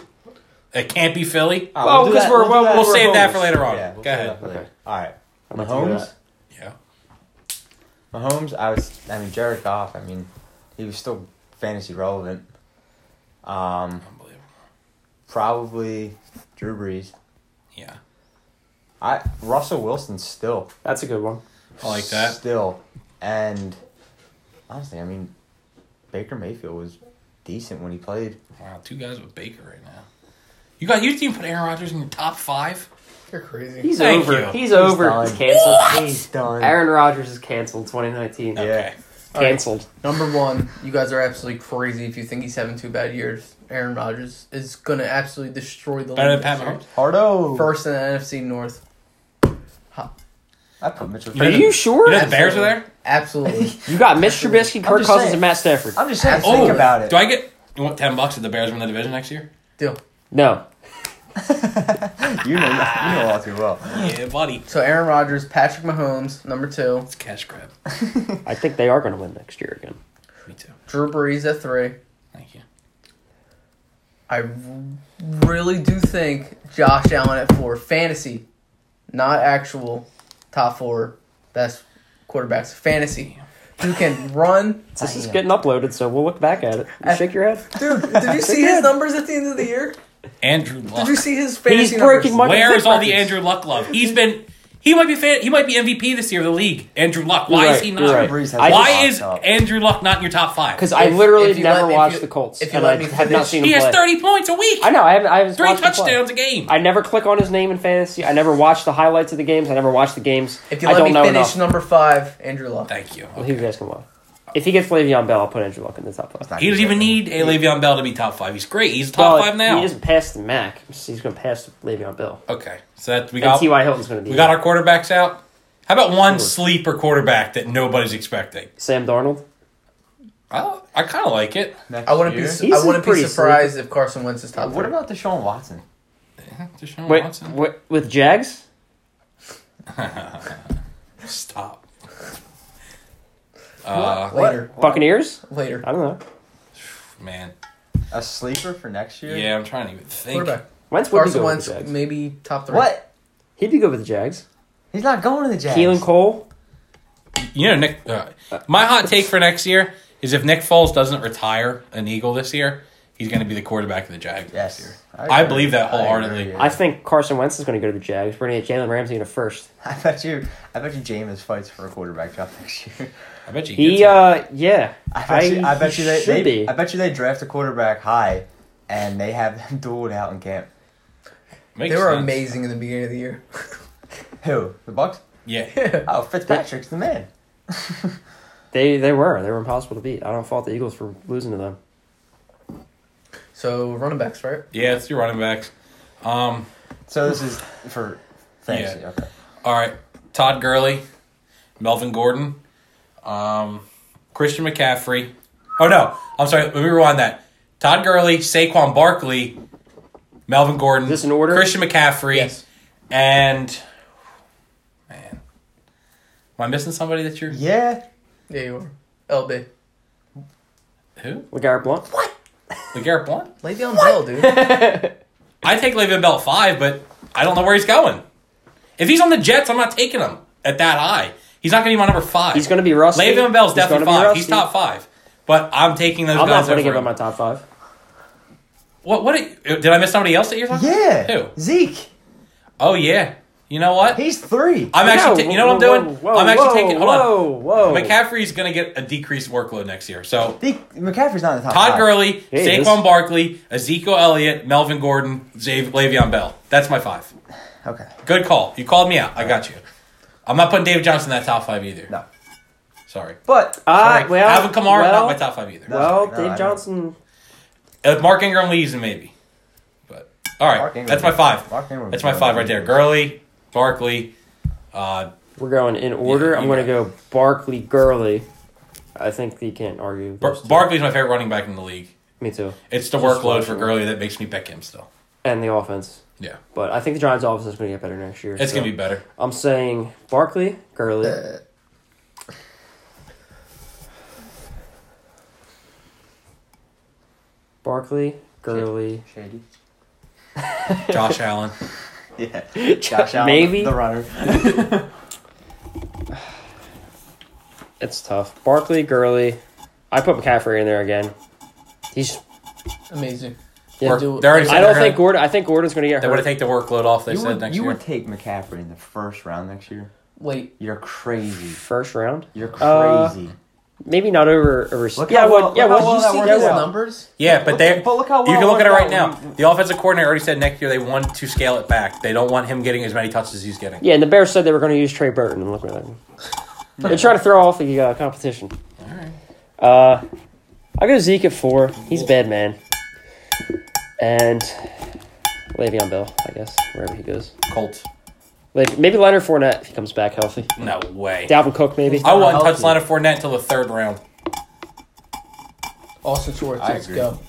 [SPEAKER 2] It can't be Philly.
[SPEAKER 1] Oh,
[SPEAKER 5] Well,
[SPEAKER 1] do
[SPEAKER 5] 'cause
[SPEAKER 1] that-
[SPEAKER 5] we're-
[SPEAKER 1] do
[SPEAKER 5] we'll-
[SPEAKER 1] that
[SPEAKER 5] we'll
[SPEAKER 1] for
[SPEAKER 2] save that for
[SPEAKER 1] Mahomes.
[SPEAKER 2] later on.
[SPEAKER 1] Yeah, we'll
[SPEAKER 2] Go
[SPEAKER 1] save
[SPEAKER 2] ahead.
[SPEAKER 1] that for later.
[SPEAKER 5] Okay.
[SPEAKER 1] All right.
[SPEAKER 5] I'd like to do
[SPEAKER 1] Mahomes.
[SPEAKER 5] that.
[SPEAKER 2] Yeah.
[SPEAKER 1] Mahomes. I was. I mean, Jared Goff. I mean, he was still fantasy relevant. Um,
[SPEAKER 2] Unbelievable.
[SPEAKER 1] probably Drew Brees.
[SPEAKER 2] Yeah.
[SPEAKER 1] I Russell Wilson still.
[SPEAKER 5] That's a good one.
[SPEAKER 2] I like that.
[SPEAKER 1] Still, and honestly, I mean, Baker Mayfield was decent when he played.
[SPEAKER 2] Wow, two guys with Baker right now. You got you team put Aaron Rodgers in your top five?
[SPEAKER 4] You're crazy.
[SPEAKER 5] He's
[SPEAKER 2] Thank
[SPEAKER 5] over.
[SPEAKER 2] you.
[SPEAKER 5] He's over.
[SPEAKER 1] done.
[SPEAKER 5] He's canceled.
[SPEAKER 1] He's done.
[SPEAKER 5] Aaron Rodgers is canceled. 2019.
[SPEAKER 1] Yeah.
[SPEAKER 2] Okay.
[SPEAKER 5] Canceled.
[SPEAKER 4] Number one, you guys are absolutely crazy if you think he's having two bad years. Aaron Rodgers is gonna absolutely destroy the
[SPEAKER 2] Better than
[SPEAKER 4] league
[SPEAKER 2] Pat
[SPEAKER 4] this year.
[SPEAKER 2] Mahomes.
[SPEAKER 1] Hardo.
[SPEAKER 4] First in the NFC North.
[SPEAKER 1] I put Mitchell.
[SPEAKER 2] Are
[SPEAKER 5] Are
[SPEAKER 2] you
[SPEAKER 5] you sure?
[SPEAKER 2] You know the Bears are there?
[SPEAKER 4] Absolutely.
[SPEAKER 5] You got Mitch Trubisky, Kirk
[SPEAKER 1] just
[SPEAKER 5] Cousins,
[SPEAKER 1] saying.
[SPEAKER 5] and Matt Stafford.
[SPEAKER 1] I'm just saying.
[SPEAKER 4] Absolutely.
[SPEAKER 1] Think about it.
[SPEAKER 2] Oh. Do I get you want ten bucks if the Bears win the division next year?
[SPEAKER 4] Deal.
[SPEAKER 5] No.
[SPEAKER 1] you know, you know all too well.
[SPEAKER 2] Yeah, buddy.
[SPEAKER 4] So Aaron Rodgers, Patrick Mahomes, number two,
[SPEAKER 2] It's a cash grab.
[SPEAKER 5] I think they are going to win next year again.
[SPEAKER 2] Me too.
[SPEAKER 4] Drew Brees at three.
[SPEAKER 2] Thank you.
[SPEAKER 4] I r- really do think Josh Allen at four. Fantasy, not actual top four best quarterbacks. Fantasy. Who can run.
[SPEAKER 5] This is
[SPEAKER 1] Damn.
[SPEAKER 5] getting uploaded, so we'll look back at it. You
[SPEAKER 4] I-
[SPEAKER 5] shake your head.
[SPEAKER 4] Dude, did you see his numbers at the end of the year?
[SPEAKER 2] Andrew Luck.
[SPEAKER 4] Did you see his fantasy
[SPEAKER 5] He's
[SPEAKER 4] numbers?
[SPEAKER 5] breaking Michael
[SPEAKER 2] Where
[SPEAKER 5] Vick
[SPEAKER 2] is all the
[SPEAKER 5] records.
[SPEAKER 2] Andrew Luck love? He's been he might be fan, he might be MVP this year of the league. Andrew Luck. Why
[SPEAKER 5] You're
[SPEAKER 2] is
[SPEAKER 5] right,
[SPEAKER 2] he
[SPEAKER 5] you're
[SPEAKER 2] not?
[SPEAKER 5] right.
[SPEAKER 1] Brees has
[SPEAKER 5] I
[SPEAKER 2] Why
[SPEAKER 1] just-
[SPEAKER 2] is Andrew Luck not in your top five?
[SPEAKER 5] Because I
[SPEAKER 4] If-
[SPEAKER 5] literally
[SPEAKER 4] if you
[SPEAKER 5] never
[SPEAKER 4] let- if
[SPEAKER 5] watched
[SPEAKER 4] you-
[SPEAKER 5] the Colts,
[SPEAKER 4] if you
[SPEAKER 5] and
[SPEAKER 4] let
[SPEAKER 5] I
[SPEAKER 4] me
[SPEAKER 5] have not
[SPEAKER 4] finish-
[SPEAKER 5] seen him
[SPEAKER 2] he has
[SPEAKER 5] play.
[SPEAKER 2] thirty points a week.
[SPEAKER 5] I know. I haven't. I haven't
[SPEAKER 2] Three
[SPEAKER 5] watched him play.
[SPEAKER 2] touchdowns a game.
[SPEAKER 5] I never click on his name in fantasy. I never watch the highlights of the games. I never watch the games.
[SPEAKER 4] If you
[SPEAKER 5] I
[SPEAKER 4] let
[SPEAKER 5] don't
[SPEAKER 4] me
[SPEAKER 5] know
[SPEAKER 4] finish
[SPEAKER 5] enough.
[SPEAKER 4] number five, Andrew Luck.
[SPEAKER 2] Thank you.
[SPEAKER 5] Well, who you guys can watch. If he gets Le'Veon Bell, I'll put Andrew Luck in the top five.
[SPEAKER 2] He doesn't even need a Le'Veon Bell to be top five. He's great. He's top
[SPEAKER 5] Well,
[SPEAKER 2] five now.
[SPEAKER 5] He isn't past the Mac. He's going to pass Le'Veon Bell.
[SPEAKER 2] Okay, so that we
[SPEAKER 5] And
[SPEAKER 2] got
[SPEAKER 5] T.Y. Hilton's going to be
[SPEAKER 2] we got our quarterbacks out. How about one sleeper quarterback that nobody's expecting?
[SPEAKER 5] Sam Darnold.
[SPEAKER 2] I, I kind of like it.
[SPEAKER 1] Next
[SPEAKER 4] I wouldn't
[SPEAKER 1] year?
[SPEAKER 4] be. su-
[SPEAKER 5] He's
[SPEAKER 4] I wouldn't be
[SPEAKER 5] pretty
[SPEAKER 4] surprised if Carson Wentz is top.
[SPEAKER 1] What
[SPEAKER 4] three.
[SPEAKER 1] about Deshaun Watson?
[SPEAKER 2] Deshaun
[SPEAKER 5] Wait,
[SPEAKER 2] Mm, Watson.
[SPEAKER 5] wi- with Jags?
[SPEAKER 2] Stop. Uh,
[SPEAKER 4] later?
[SPEAKER 5] Buccaneers?
[SPEAKER 4] Later,
[SPEAKER 5] I don't know.
[SPEAKER 2] man.
[SPEAKER 1] A sleeper for next year?
[SPEAKER 2] Yeah, I'm trying to even think.
[SPEAKER 4] quarterback
[SPEAKER 5] Wentz would be
[SPEAKER 4] Carson
[SPEAKER 5] good
[SPEAKER 4] Wentz
[SPEAKER 5] with the Jags.
[SPEAKER 4] maybe top three.
[SPEAKER 1] What?
[SPEAKER 5] He'd be good with the Jags.
[SPEAKER 1] He's not going to the Jets.
[SPEAKER 5] Keelan Cole.
[SPEAKER 2] You know, Nick. Uh, my hot take for next year is if Nick Foles doesn't retire an Eagle this year, he's going to be the quarterback of the Jags
[SPEAKER 1] Yes.
[SPEAKER 2] this year. I
[SPEAKER 1] I agree.
[SPEAKER 2] believe that
[SPEAKER 1] I agree,
[SPEAKER 2] wholeheartedly.
[SPEAKER 1] yeah.
[SPEAKER 5] I think Carson Wentz is going to go to the Jags. We're going to get Jalen Ramsey in a first.
[SPEAKER 1] I bet you. I bet you Jameis fights for a quarterback job next year.
[SPEAKER 2] I bet you.
[SPEAKER 5] He,
[SPEAKER 2] gets it.
[SPEAKER 5] uh, yeah.
[SPEAKER 1] I bet you. I bet
[SPEAKER 5] he
[SPEAKER 1] you they,
[SPEAKER 5] should
[SPEAKER 1] they
[SPEAKER 5] be.
[SPEAKER 1] I bet you they draft a quarterback high, and they have them dueled out in camp.
[SPEAKER 2] Makes
[SPEAKER 4] They were
[SPEAKER 2] sense.
[SPEAKER 4] amazing in the beginning of the year.
[SPEAKER 1] Who? The Bucks?
[SPEAKER 2] Yeah.
[SPEAKER 1] Oh, Fitzpatrick's the man.
[SPEAKER 5] They they were. They were impossible to beat. I don't fault the Eagles for losing to them.
[SPEAKER 4] so running backs, right?
[SPEAKER 2] Yeah, it's your running backs. Um,
[SPEAKER 1] So this is for fantasy. Okay.
[SPEAKER 2] all right, Todd Gurley, Melvin Gordon, um, Christian McCaffrey. Oh no, I'm sorry. Let me rewind that. Todd Gurley, Saquon Barkley, Melvin Gordon.
[SPEAKER 5] Is this in order?
[SPEAKER 2] Christian McCaffrey,
[SPEAKER 4] Yes.
[SPEAKER 2] and man, am I missing somebody that you're
[SPEAKER 1] Yeah.
[SPEAKER 4] Yeah, you are. LB.
[SPEAKER 2] who?
[SPEAKER 5] LeGarrette Blunt.
[SPEAKER 2] Legarrette Blunt.
[SPEAKER 4] Le'Veon Bell, dude.
[SPEAKER 2] I take Le'Veon Bell at five, but I don't know where he's going. If he's on the Jets, I'm not taking him at that high. He's not going to be my number five.
[SPEAKER 5] He's going to be rusty.
[SPEAKER 2] Le'Veon Bell's
[SPEAKER 5] He's
[SPEAKER 2] definitely
[SPEAKER 5] gonna be
[SPEAKER 2] five. He's
[SPEAKER 5] rusty.
[SPEAKER 2] top five. But I'm taking those
[SPEAKER 5] I'm not
[SPEAKER 2] guys
[SPEAKER 5] going
[SPEAKER 2] over.
[SPEAKER 5] to give
[SPEAKER 2] him.
[SPEAKER 5] him my top five.
[SPEAKER 2] What? What? Did I miss somebody else that you're talking?
[SPEAKER 1] Yeah.
[SPEAKER 2] Who?
[SPEAKER 1] Zeke.
[SPEAKER 2] Oh yeah, You know what?
[SPEAKER 1] He's three.
[SPEAKER 2] I'm actually, ta-
[SPEAKER 5] Whoa,
[SPEAKER 2] you know what I'm
[SPEAKER 5] whoa,
[SPEAKER 2] doing?
[SPEAKER 5] whoa,
[SPEAKER 2] I'm actually
[SPEAKER 5] whoa,
[SPEAKER 2] taking. Hold
[SPEAKER 5] whoa, Whoa,
[SPEAKER 2] on. McCaffrey's gonna get a decreased workload next year. So
[SPEAKER 1] The, McCaffrey's not in the top.
[SPEAKER 2] Todd
[SPEAKER 1] five.
[SPEAKER 2] Gurley,
[SPEAKER 5] Hey,
[SPEAKER 2] Saquon
[SPEAKER 5] this-
[SPEAKER 2] Barkley, Ezekiel Elliott, Melvin Gordon, Zave, Le'Veon Bell. That's my five.
[SPEAKER 1] Okay.
[SPEAKER 2] Good call. You called me out. I got you. I'm not putting David Johnson in that top five either.
[SPEAKER 1] No.
[SPEAKER 2] Sorry.
[SPEAKER 1] But
[SPEAKER 5] Ah,
[SPEAKER 2] Sorry.
[SPEAKER 5] well,
[SPEAKER 2] Alvin Kamara,
[SPEAKER 5] well,
[SPEAKER 2] not my top five either.
[SPEAKER 5] Well,
[SPEAKER 1] No, I
[SPEAKER 5] Dave
[SPEAKER 1] don't.
[SPEAKER 5] Johnson.
[SPEAKER 2] If Mark Ingram leaves, then maybe. But all right,
[SPEAKER 1] Mark Ingram-
[SPEAKER 2] that's my five.
[SPEAKER 1] Mark Ingram-
[SPEAKER 2] that's my five right there. Gurley, Barkley, uh,
[SPEAKER 5] We're going in order.
[SPEAKER 2] Yeah,
[SPEAKER 5] I'm
[SPEAKER 2] you
[SPEAKER 5] going to
[SPEAKER 2] got
[SPEAKER 5] go Barkley Gurley. I think you can't argue. with
[SPEAKER 2] Bar-
[SPEAKER 5] those two.
[SPEAKER 2] Barkley's my favorite running back in the league.
[SPEAKER 5] Me too.
[SPEAKER 2] It's the
[SPEAKER 5] Just
[SPEAKER 2] workload
[SPEAKER 5] watching
[SPEAKER 2] for
[SPEAKER 5] him.
[SPEAKER 2] Gurley that makes me pick him still.
[SPEAKER 5] And the offense.
[SPEAKER 2] Yeah,
[SPEAKER 5] But I think the Giants' offense is going to get better next year.
[SPEAKER 2] it's
[SPEAKER 5] so
[SPEAKER 2] gonna be better.
[SPEAKER 5] I'm saying Barkley, Gurley.
[SPEAKER 4] Uh,
[SPEAKER 5] Barkley, Gurley.
[SPEAKER 1] Shady.
[SPEAKER 2] Josh Allen.
[SPEAKER 1] Yeah. Josh Allen,
[SPEAKER 5] Maybe.
[SPEAKER 1] the runner.
[SPEAKER 5] It's tough. Barkley, Gurley. I put McCaffrey in there again. He's.
[SPEAKER 4] amazing.
[SPEAKER 5] Yeah,
[SPEAKER 2] Work-
[SPEAKER 4] do it.
[SPEAKER 2] they already said
[SPEAKER 5] I don't
[SPEAKER 2] they're
[SPEAKER 5] think
[SPEAKER 2] gonna,
[SPEAKER 5] Gordon. I think Gordon's going to get
[SPEAKER 2] they want to
[SPEAKER 5] hurt.
[SPEAKER 2] take the workload off. They
[SPEAKER 1] You,
[SPEAKER 2] said
[SPEAKER 1] would,
[SPEAKER 2] next
[SPEAKER 1] you
[SPEAKER 2] year.
[SPEAKER 1] would take McCaffrey in the first round next year.
[SPEAKER 4] Wait,
[SPEAKER 1] You're crazy.
[SPEAKER 5] First round,
[SPEAKER 1] You're
[SPEAKER 5] Uh,
[SPEAKER 1] crazy.
[SPEAKER 5] maybe not over a receiver.
[SPEAKER 1] Look
[SPEAKER 5] Yeah,
[SPEAKER 1] how
[SPEAKER 5] I would.
[SPEAKER 1] well-
[SPEAKER 5] yeah,
[SPEAKER 1] look
[SPEAKER 5] well,
[SPEAKER 1] how
[SPEAKER 4] did
[SPEAKER 1] well
[SPEAKER 4] you
[SPEAKER 1] that
[SPEAKER 4] see
[SPEAKER 1] worked
[SPEAKER 4] his
[SPEAKER 1] out.
[SPEAKER 4] numbers?
[SPEAKER 2] yeah, but they.
[SPEAKER 1] But look how well
[SPEAKER 2] you can look at it
[SPEAKER 1] worked
[SPEAKER 2] right now.
[SPEAKER 1] out.
[SPEAKER 2] The offensive coordinator already said next year they want to scale it back. They don't want him getting as many touches as he's getting.
[SPEAKER 5] Yeah, and the Bears said they were going to use Trey Burton, and look where that. They're trying to throw off the uh, competition. Uh, I'll go Zeke at four. He's bad man, and Le'Veon Bell, I guess wherever he goes.
[SPEAKER 2] Colts.
[SPEAKER 5] Like, maybe Leonard Fournette if he comes back healthy.
[SPEAKER 2] No way.
[SPEAKER 5] Dalvin Cook maybe.
[SPEAKER 2] I wouldn't
[SPEAKER 1] Healthy.
[SPEAKER 2] touch Leonard Fournette until the third round.
[SPEAKER 4] Austin Schwartz,
[SPEAKER 1] I
[SPEAKER 4] let's
[SPEAKER 1] agree.
[SPEAKER 4] go.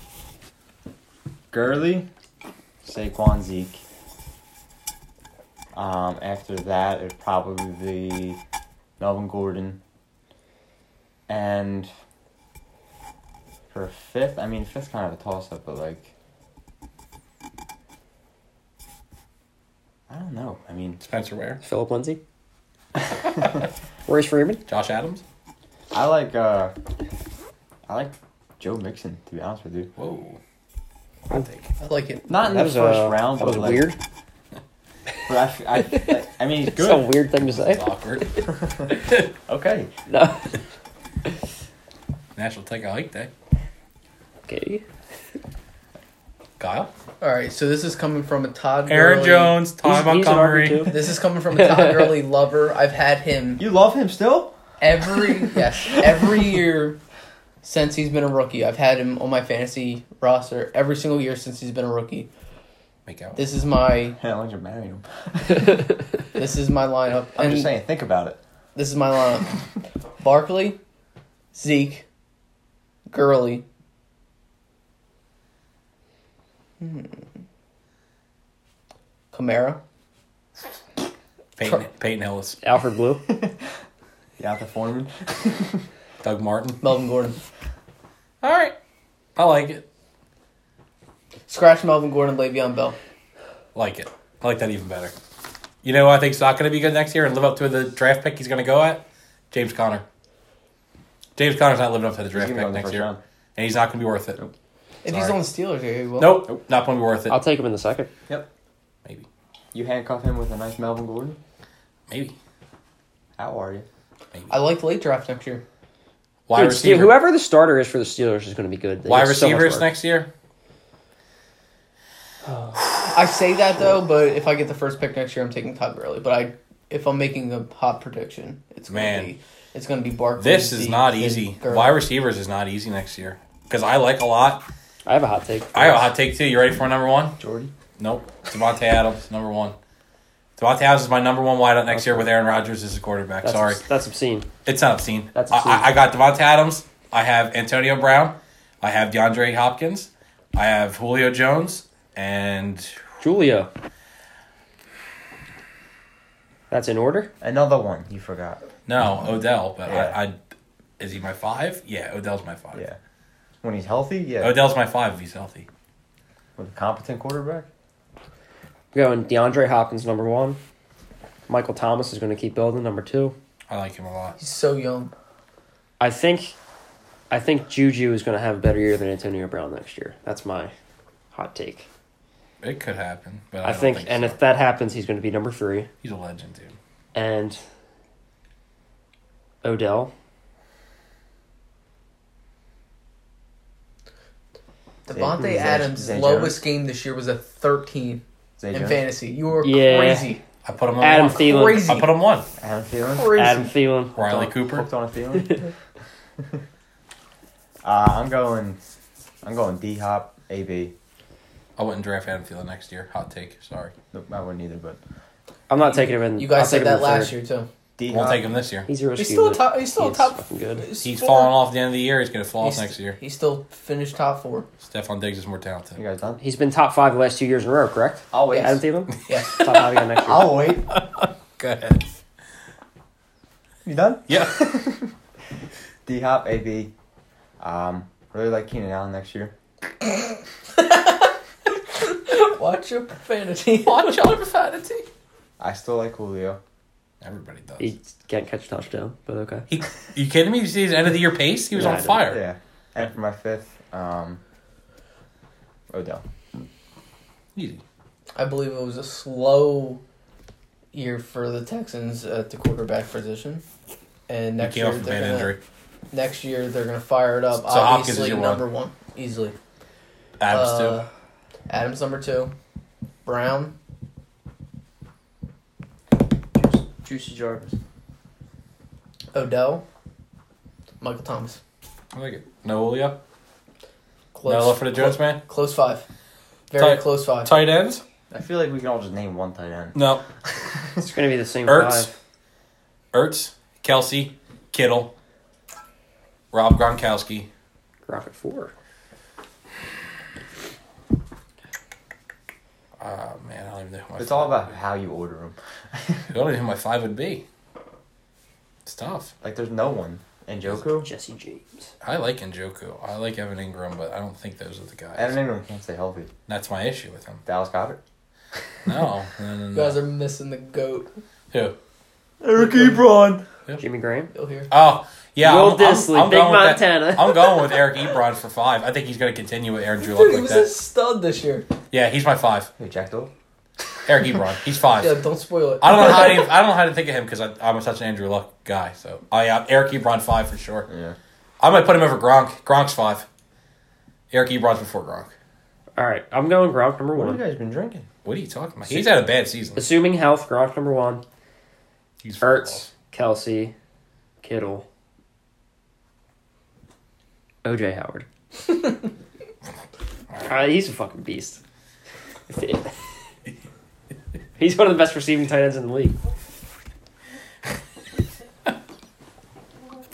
[SPEAKER 1] Gurley, Saquon, Zeke. Um, after that, it'd probably be Melvin Gordon. And for fifth, I mean, fifth's kind of a toss up, but like. I don't know. I mean,
[SPEAKER 2] Spencer Ware,
[SPEAKER 5] Philip Lindsay. Royce Freeman.
[SPEAKER 2] Josh Adams.
[SPEAKER 1] I like, uh. I like Joe Mixon, to be honest with you.
[SPEAKER 2] Whoa. take.
[SPEAKER 4] I like it.
[SPEAKER 1] Not in
[SPEAKER 5] That
[SPEAKER 1] the
[SPEAKER 5] was,
[SPEAKER 1] first
[SPEAKER 5] uh,
[SPEAKER 1] round,
[SPEAKER 5] that was
[SPEAKER 1] but like.
[SPEAKER 5] weird.
[SPEAKER 1] But I, f- I f- like, I mean, he's
[SPEAKER 5] It's a
[SPEAKER 1] good.
[SPEAKER 5] weird thing to
[SPEAKER 2] That's
[SPEAKER 5] say.
[SPEAKER 2] awkward.
[SPEAKER 1] Okay.
[SPEAKER 5] No.
[SPEAKER 2] National Take a Hike Day.
[SPEAKER 5] Okay.
[SPEAKER 2] Kyle.
[SPEAKER 4] All right, so this is coming from a Todd.
[SPEAKER 2] Aaron
[SPEAKER 4] Gurley-
[SPEAKER 2] Jones, Ty
[SPEAKER 5] He's- he's an
[SPEAKER 2] Montgomery.
[SPEAKER 5] RB2.
[SPEAKER 4] This is coming from a Todd Gurley lover. I've had him
[SPEAKER 1] You love him still?
[SPEAKER 4] every yes every year since he's been a rookie. I've had him on my fantasy roster every single year since he's been a rookie.
[SPEAKER 2] Make out.
[SPEAKER 4] This is my
[SPEAKER 1] How long you married him?
[SPEAKER 4] this is my lineup.
[SPEAKER 1] I'm just
[SPEAKER 4] And
[SPEAKER 1] saying, think about it.
[SPEAKER 4] This is my lineup: Barkley, Zeke, Gurley. Hmm. Kamara.
[SPEAKER 2] Peyton, Peyton Hillis,
[SPEAKER 5] Alfred Blue.
[SPEAKER 1] You have the foreman.
[SPEAKER 2] Doug Martin.
[SPEAKER 4] Melvin Gordon.
[SPEAKER 2] All right. I like it.
[SPEAKER 4] Scratch Melvin Gordon, Le'Veon Bell.
[SPEAKER 2] Like it. I like that even better. You know, who I think's not going to be good next year and live up to the draft pick he's going to go at. James Conner. James Conner's not living up to the draft
[SPEAKER 1] gonna
[SPEAKER 2] pick
[SPEAKER 1] go in the
[SPEAKER 2] next
[SPEAKER 1] first
[SPEAKER 2] year,
[SPEAKER 1] round.
[SPEAKER 2] and he's not going to be worth it. Nope.
[SPEAKER 4] If he's
[SPEAKER 2] Sorry.
[SPEAKER 4] on the Steelers, yeah, he will.
[SPEAKER 2] Not going to be worth it.
[SPEAKER 5] I'll take him in the second.
[SPEAKER 1] Yep.
[SPEAKER 2] Maybe.
[SPEAKER 1] You handcuff him with a nice Melvin Gordon.
[SPEAKER 2] Maybe.
[SPEAKER 1] How are you?
[SPEAKER 2] Maybe.
[SPEAKER 4] I like late draft next year.
[SPEAKER 2] Wide
[SPEAKER 5] Dude, Steve,
[SPEAKER 2] receiver.
[SPEAKER 5] whoever the starter is for the Steelers is going to be good. They
[SPEAKER 2] wide
[SPEAKER 5] get so much
[SPEAKER 2] receivers
[SPEAKER 5] work.
[SPEAKER 2] next year.
[SPEAKER 4] I say that though, but if I get the first pick next year, I'm taking Todd Gurley. But I, if I'm making a hot prediction, it's gonna
[SPEAKER 2] Man.
[SPEAKER 4] be it's gonna be Barkley.
[SPEAKER 2] This is
[SPEAKER 4] Zeke,
[SPEAKER 2] not
[SPEAKER 4] then
[SPEAKER 2] easy.
[SPEAKER 4] Gurley.
[SPEAKER 2] Wide receivers is not easy next year because I like a lot.
[SPEAKER 5] I have a hot take.
[SPEAKER 2] I have a hot take too. You ready for number one?
[SPEAKER 1] Jordy.
[SPEAKER 2] Nope. Devontae Adams, number one. Devontae Adams is my number one wideout next year with Aaron Rodgers as a quarterback.
[SPEAKER 5] That's
[SPEAKER 2] Sorry.
[SPEAKER 5] that's obscene.
[SPEAKER 2] It's not obscene.
[SPEAKER 5] That's
[SPEAKER 2] I-
[SPEAKER 5] obscene.
[SPEAKER 2] I, I got Devontae Adams. I have Antonio Brown. I have DeAndre Hopkins. I have Julio Jones. And
[SPEAKER 5] Julio. That's in order.
[SPEAKER 1] Another one you forgot.
[SPEAKER 2] no, Odell. But
[SPEAKER 1] Yeah.
[SPEAKER 2] I, I is he my five? Yeah, Odell's my five.
[SPEAKER 1] Yeah. When he's healthy, yeah.
[SPEAKER 2] Odell's my five if he's healthy.
[SPEAKER 1] With a competent quarterback.
[SPEAKER 5] We're going DeAndre Hopkins number one. Michael Thomas is going to keep building number two.
[SPEAKER 2] I like him a lot.
[SPEAKER 4] He's so young.
[SPEAKER 5] I think, I think Juju is going to have a better year than Antonio Brown next year. That's my hot take.
[SPEAKER 2] It could happen, but I,
[SPEAKER 5] I,
[SPEAKER 2] don't
[SPEAKER 5] think,
[SPEAKER 2] think,
[SPEAKER 5] and
[SPEAKER 2] so.
[SPEAKER 5] if that happens, he's going to be number three.
[SPEAKER 2] he's a legend, dude.
[SPEAKER 5] And Odell,
[SPEAKER 1] Zay-
[SPEAKER 4] Devontae
[SPEAKER 1] Zay-
[SPEAKER 4] Adams'
[SPEAKER 1] Zay
[SPEAKER 4] lowest game this year was a 13
[SPEAKER 1] Zay
[SPEAKER 4] in
[SPEAKER 1] Jones.
[SPEAKER 4] fantasy. You were
[SPEAKER 5] Yeah.
[SPEAKER 4] crazy.
[SPEAKER 2] I put him on
[SPEAKER 5] Adam
[SPEAKER 2] one.
[SPEAKER 5] Thielen,
[SPEAKER 4] Crazy.
[SPEAKER 2] I put him one.
[SPEAKER 1] Adam Thielen.
[SPEAKER 4] Crazy.
[SPEAKER 5] Adam Thielen.
[SPEAKER 2] Riley
[SPEAKER 1] Don't-
[SPEAKER 2] Cooper.
[SPEAKER 1] Hooked on a Thielen. uh, I'm going. I'm going D Hop, AB.
[SPEAKER 2] I wouldn't draft Adam Thielen next year. Hot take. Sorry.
[SPEAKER 1] Nope, I wouldn't either, but
[SPEAKER 5] I'm not taking him in.
[SPEAKER 4] You
[SPEAKER 5] I'll
[SPEAKER 4] guys
[SPEAKER 5] take
[SPEAKER 4] said
[SPEAKER 5] him in
[SPEAKER 4] that last
[SPEAKER 5] third.
[SPEAKER 4] year too.
[SPEAKER 1] D
[SPEAKER 2] We'll
[SPEAKER 1] Hop.
[SPEAKER 2] take him this year.
[SPEAKER 5] He's a risky.
[SPEAKER 4] He's still a
[SPEAKER 5] but
[SPEAKER 4] top. He's still a
[SPEAKER 5] he's
[SPEAKER 4] top.
[SPEAKER 5] fucking good.
[SPEAKER 2] He's
[SPEAKER 4] four.
[SPEAKER 2] falling off the end of the year. He's going to fall
[SPEAKER 4] He's-
[SPEAKER 2] off next year.
[SPEAKER 4] He still finished top four.
[SPEAKER 2] Stephon Diggs is more
[SPEAKER 1] You
[SPEAKER 2] talented.
[SPEAKER 1] guys done?
[SPEAKER 5] He's been top five the last two years in a row, correct?
[SPEAKER 1] I'll wait.
[SPEAKER 5] Adam Thielen.
[SPEAKER 4] Yes.
[SPEAKER 5] top five again next year.
[SPEAKER 1] I'll Oh, wait.
[SPEAKER 2] Go ahead.
[SPEAKER 1] You done?
[SPEAKER 2] Yeah.
[SPEAKER 1] D Hop, AB. Um, really like Keenan Allen next year.
[SPEAKER 4] Watch your profanity. Watch your profanity.
[SPEAKER 1] I still like Julio.
[SPEAKER 2] Everybody does.
[SPEAKER 5] He can't catch a touchdown, but okay.
[SPEAKER 2] He, you kidding me? You see his end of the year pace? He was
[SPEAKER 5] Yeah, I
[SPEAKER 2] on
[SPEAKER 5] know.
[SPEAKER 2] fire.
[SPEAKER 1] Yeah. And for my fifth, um, Odell.
[SPEAKER 2] Easy.
[SPEAKER 4] I believe it was a slow year for the Texans at the quarterback position, and
[SPEAKER 2] He
[SPEAKER 4] next
[SPEAKER 2] came
[SPEAKER 4] year
[SPEAKER 2] off a
[SPEAKER 4] they're
[SPEAKER 2] bad
[SPEAKER 4] gonna
[SPEAKER 2] injury.
[SPEAKER 4] next year they're gonna fire it up.
[SPEAKER 2] So Hopkins is
[SPEAKER 4] Obviously,
[SPEAKER 2] your one.
[SPEAKER 4] number one easily.
[SPEAKER 2] Adams
[SPEAKER 4] Uh, Adams number two. Brown.
[SPEAKER 3] Juicy Jarvis.
[SPEAKER 4] Odell. Michael Thomas.
[SPEAKER 2] too. I like it. No Julio.
[SPEAKER 4] Close.
[SPEAKER 2] No love for the Jones man.
[SPEAKER 4] Close five. Very
[SPEAKER 2] Tight-
[SPEAKER 4] close five.
[SPEAKER 2] Tight ends.
[SPEAKER 1] I feel like we can all just name one tight end.
[SPEAKER 2] No.
[SPEAKER 5] It's going to be the same
[SPEAKER 2] Ertz.
[SPEAKER 5] five.
[SPEAKER 2] Ertz. Kelsey. Kittle. Rob Gronkowski.
[SPEAKER 5] Graphic four.
[SPEAKER 2] Oh man, I don't even know who my
[SPEAKER 1] It's all about how you order them.
[SPEAKER 2] I don't even know who my five would be. It's tough.
[SPEAKER 1] Like, there's no one. And Joku?
[SPEAKER 5] Jesse James.
[SPEAKER 2] I like Njoku. I like Evan Ingram, but I don't think those are the guys.
[SPEAKER 1] Adam Ingram can't stay healthy.
[SPEAKER 2] That's my issue with him.
[SPEAKER 1] Dallas Goddard?
[SPEAKER 2] No. no, no,
[SPEAKER 4] You
[SPEAKER 2] no.
[SPEAKER 4] guys are missing the goat.
[SPEAKER 2] Who?
[SPEAKER 1] Eric Ebron!
[SPEAKER 5] Jimmy Graham.
[SPEAKER 4] You'll hear.
[SPEAKER 2] Oh, yeah.
[SPEAKER 5] Will
[SPEAKER 2] I'm- I'm-
[SPEAKER 5] Disley,
[SPEAKER 2] I'm
[SPEAKER 5] Big
[SPEAKER 2] going with that-
[SPEAKER 5] Montana.
[SPEAKER 2] I'm going with Eric Ebron for five. I think he's going to continue with Aaron Drew
[SPEAKER 4] Dude, he
[SPEAKER 2] like
[SPEAKER 4] was a
[SPEAKER 2] that.
[SPEAKER 4] stud this year.
[SPEAKER 2] Yeah, he's my five.
[SPEAKER 1] Hey, Jack Doyle?
[SPEAKER 2] Eric Ebron. He's five.
[SPEAKER 4] Yeah, don't spoil it.
[SPEAKER 2] I don't know how to, I don't know how to think of him because I'm such an Andrew Luck guy. So I yeah, Eric Ebron five for sure.
[SPEAKER 1] Yeah.
[SPEAKER 2] I might put him over Gronk. Gronk's five. Eric Ebron's before Gronk.
[SPEAKER 5] All right, I'm going Gronk number
[SPEAKER 1] What have you
[SPEAKER 5] one.
[SPEAKER 1] guys been drinking?
[SPEAKER 2] What are you talking about? He's had a bad season.
[SPEAKER 5] Assuming health, Gronk number one.
[SPEAKER 2] He's
[SPEAKER 5] Ertz, Kelsey, Kittle, OJ Howard. Uh, he's a fucking beast. he's one of the best receiving tight ends in the league.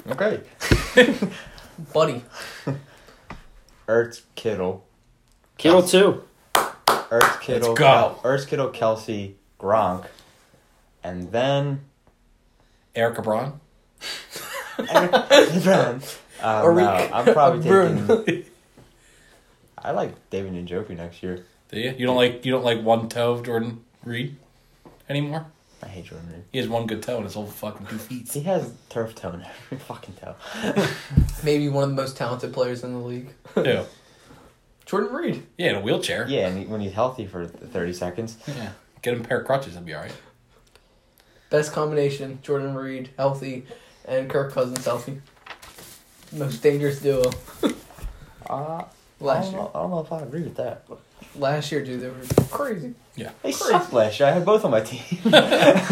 [SPEAKER 1] Okay.
[SPEAKER 4] Buddy.
[SPEAKER 1] Ertz Kittle.
[SPEAKER 5] Kittle too.
[SPEAKER 1] Ertz Kittle.
[SPEAKER 2] Let's go.
[SPEAKER 1] Kel- Ertz Kittle, Kelsey, Gronk. And then.
[SPEAKER 2] Eric Ebron.
[SPEAKER 1] Eric Ebron. Um, no,
[SPEAKER 4] Eric
[SPEAKER 1] I'm probably
[SPEAKER 4] Ebron.
[SPEAKER 1] taking. I like David Njoku next year.
[SPEAKER 2] Do you? You don't like you don't like one toe of Jordan Reed anymore.
[SPEAKER 1] I hate Jordan Reed.
[SPEAKER 2] He has one good toe and his whole fucking two feet.
[SPEAKER 1] He has turf toe in every fucking toe.
[SPEAKER 4] Maybe one of the most talented players in the league.
[SPEAKER 2] Yeah,
[SPEAKER 4] Jordan Reed.
[SPEAKER 2] yeah, in a wheelchair.
[SPEAKER 1] Yeah, and he, when he's healthy for 30 seconds.
[SPEAKER 2] Yeah. Get him a pair of crutches, it'll be alright.
[SPEAKER 4] Best combination. Jordan Reed, healthy, and Kirk Cousins healthy. Most dangerous duo.
[SPEAKER 1] Uh, I,
[SPEAKER 4] Last
[SPEAKER 1] don't
[SPEAKER 4] year.
[SPEAKER 1] know, I don't know if I agree with that.
[SPEAKER 4] Last year, dude, they were crazy.
[SPEAKER 1] They sucked last year. I had both on my team.
[SPEAKER 4] Yeah,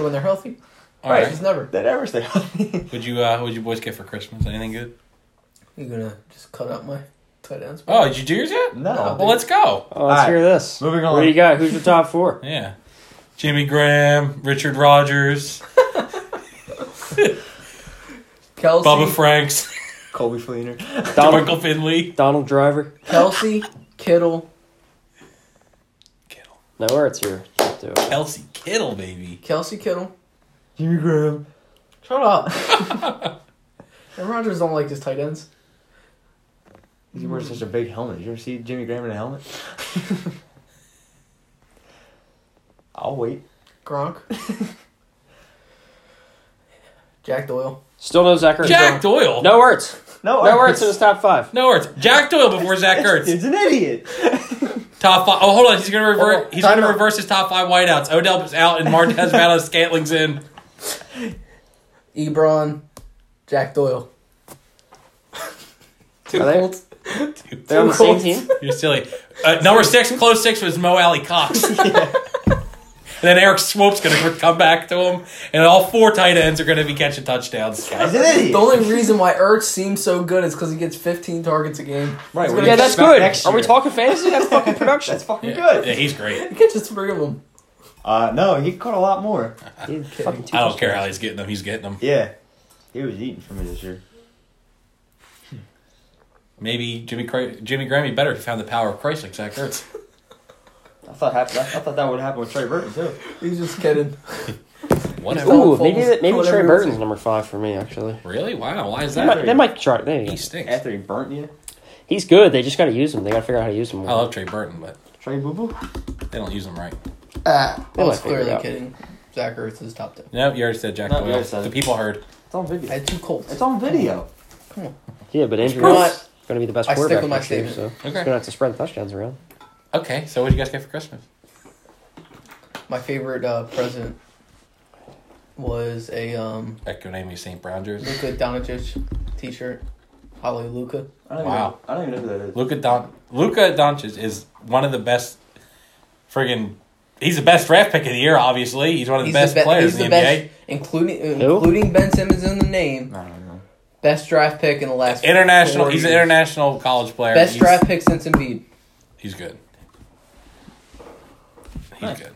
[SPEAKER 4] when they're healthy.
[SPEAKER 2] Alright.
[SPEAKER 4] It's never.
[SPEAKER 1] that ever stay healthy.
[SPEAKER 2] Would you uh what'd you boys get for Christmas? Anything good?
[SPEAKER 4] You're gonna just cut out my tight ends.
[SPEAKER 2] Oh, did you do yours yet?
[SPEAKER 1] No.
[SPEAKER 4] No.
[SPEAKER 2] Well let's go.
[SPEAKER 5] Oh, let's
[SPEAKER 1] All right,
[SPEAKER 5] hear this.
[SPEAKER 1] moving on.
[SPEAKER 5] What do you got? Who's your top four?
[SPEAKER 2] Yeah. Jimmy Graham, Richard Rogers,
[SPEAKER 4] Kelsey,
[SPEAKER 2] Bubba Franks,
[SPEAKER 1] Colby Fleener.
[SPEAKER 5] Donald,
[SPEAKER 2] Michael Finley.
[SPEAKER 5] Donald Driver.
[SPEAKER 4] Kelsey, Kittle,
[SPEAKER 2] Kittle.
[SPEAKER 5] No, Ertz here. Top two.
[SPEAKER 2] Kelsey Kittle, baby.
[SPEAKER 4] Kelsey, Kittle.
[SPEAKER 1] Jimmy Graham.
[SPEAKER 4] Shut up. and Rogers don't like his tight ends.
[SPEAKER 1] He wears such a big helmet. Did you ever see Jimmy Graham in a helmet? I'll wait.
[SPEAKER 4] Gronk. Jack Doyle.
[SPEAKER 5] Still no Zach Ertz.
[SPEAKER 2] Jack Doyle.
[SPEAKER 5] No Ertz.
[SPEAKER 1] No,
[SPEAKER 5] No Ertz in his top five.
[SPEAKER 2] No, it's Jack Doyle before Zach Ertz.
[SPEAKER 1] It's an idiot.
[SPEAKER 2] Top five. Oh, hold on. He's gonna
[SPEAKER 4] Hold on.
[SPEAKER 2] revert. He's
[SPEAKER 4] Time
[SPEAKER 2] gonna
[SPEAKER 4] out.
[SPEAKER 2] reverse his top five whiteouts. Odell is out, and Martez Valdez Scantling's in.
[SPEAKER 4] Ebron, Jack Doyle.
[SPEAKER 2] Two
[SPEAKER 5] Are they-
[SPEAKER 2] Colts. Two
[SPEAKER 5] They're on the same team.
[SPEAKER 2] You're silly. Uh, number six, close six was Mo Alley Cox. and then Eric Swope's going to come back to him, and all four tight ends are going to be catching touchdowns.
[SPEAKER 1] He's an idiot.
[SPEAKER 4] The only reason why Ertz seems so good is because he gets 15 targets a game.
[SPEAKER 1] Right,
[SPEAKER 4] He's
[SPEAKER 1] what
[SPEAKER 4] gonna
[SPEAKER 5] Yeah,
[SPEAKER 1] do you
[SPEAKER 4] get-
[SPEAKER 5] that's
[SPEAKER 1] expect
[SPEAKER 5] good.
[SPEAKER 1] next
[SPEAKER 5] Are we
[SPEAKER 1] year?
[SPEAKER 5] talking fantasy? That's fucking production.
[SPEAKER 1] That's fucking
[SPEAKER 2] Yeah.
[SPEAKER 1] good.
[SPEAKER 2] Yeah, he's great.
[SPEAKER 4] he catches three of them.
[SPEAKER 1] Uh, no, he caught a lot more.
[SPEAKER 5] Dude, fucking two
[SPEAKER 2] I don't care how he's getting them. He's getting them.
[SPEAKER 1] Yeah, he was eating for me this year.
[SPEAKER 2] Maybe Jimmy Cra- Jimmy Grammy better if he found the power of Christ like Zach Ertz.
[SPEAKER 1] I thought hap- I thought that would happen with Trey Burton too.
[SPEAKER 4] He's just kidding.
[SPEAKER 2] Whatever.
[SPEAKER 5] Ooh,
[SPEAKER 4] Foles,
[SPEAKER 5] maybe that, maybe
[SPEAKER 4] whatever
[SPEAKER 5] Trey
[SPEAKER 4] it
[SPEAKER 5] Burton's number five for me actually.
[SPEAKER 2] Really? Wow. Why is
[SPEAKER 5] They
[SPEAKER 2] that?
[SPEAKER 5] might, they might try. There you go.
[SPEAKER 2] He stinks.
[SPEAKER 1] After he burnt you,
[SPEAKER 5] He's good. They just got to use him. They got to figure out how to use him.
[SPEAKER 2] I love Trey Burton, but
[SPEAKER 1] Trey Boo Boo.
[SPEAKER 2] they don't use him right.
[SPEAKER 4] Ah, I
[SPEAKER 5] They might
[SPEAKER 4] was
[SPEAKER 5] figure it
[SPEAKER 4] clearly
[SPEAKER 5] out.
[SPEAKER 4] kidding. Zach Ertz is top 10.
[SPEAKER 2] No, you already said Jack
[SPEAKER 1] No, you
[SPEAKER 2] Doyle.
[SPEAKER 1] already said
[SPEAKER 2] The
[SPEAKER 1] it.
[SPEAKER 2] people heard.
[SPEAKER 1] It's on
[SPEAKER 4] I
[SPEAKER 1] video.
[SPEAKER 4] had two Colts.
[SPEAKER 1] It's on video.
[SPEAKER 5] Yeah, but Andrew
[SPEAKER 4] Proof.
[SPEAKER 5] Luck's going to be the best
[SPEAKER 4] I stick
[SPEAKER 5] quarterback
[SPEAKER 4] with my
[SPEAKER 5] next year, so
[SPEAKER 4] statement.
[SPEAKER 5] he's
[SPEAKER 2] Okay.
[SPEAKER 5] going to have to spread the touchdowns around.
[SPEAKER 2] Okay, so what did you guys get for Christmas?
[SPEAKER 4] My favorite uh, present was a um,
[SPEAKER 2] Echo Amy St. Brown jersey.
[SPEAKER 4] Luka Doncic t shirt. Holly Luka.
[SPEAKER 1] I don't
[SPEAKER 2] Wow.
[SPEAKER 1] Even, I don't even know who that is.
[SPEAKER 2] Luka Don Luka Doncic is one of the best friggin' he's the best draft pick of the year, obviously. He's one of the best
[SPEAKER 4] be-
[SPEAKER 2] players
[SPEAKER 4] he's
[SPEAKER 2] in the,
[SPEAKER 4] the
[SPEAKER 2] NBA.
[SPEAKER 4] best, including
[SPEAKER 5] Who?
[SPEAKER 4] including Ben Simmons in the name.
[SPEAKER 1] I don't know.
[SPEAKER 4] Best draft pick in the last
[SPEAKER 2] International
[SPEAKER 4] four
[SPEAKER 2] he's an
[SPEAKER 4] years.
[SPEAKER 2] international college player.
[SPEAKER 4] Best
[SPEAKER 2] he's,
[SPEAKER 4] draft pick since Embiid.
[SPEAKER 2] he's good. He's
[SPEAKER 1] Nice.
[SPEAKER 2] good.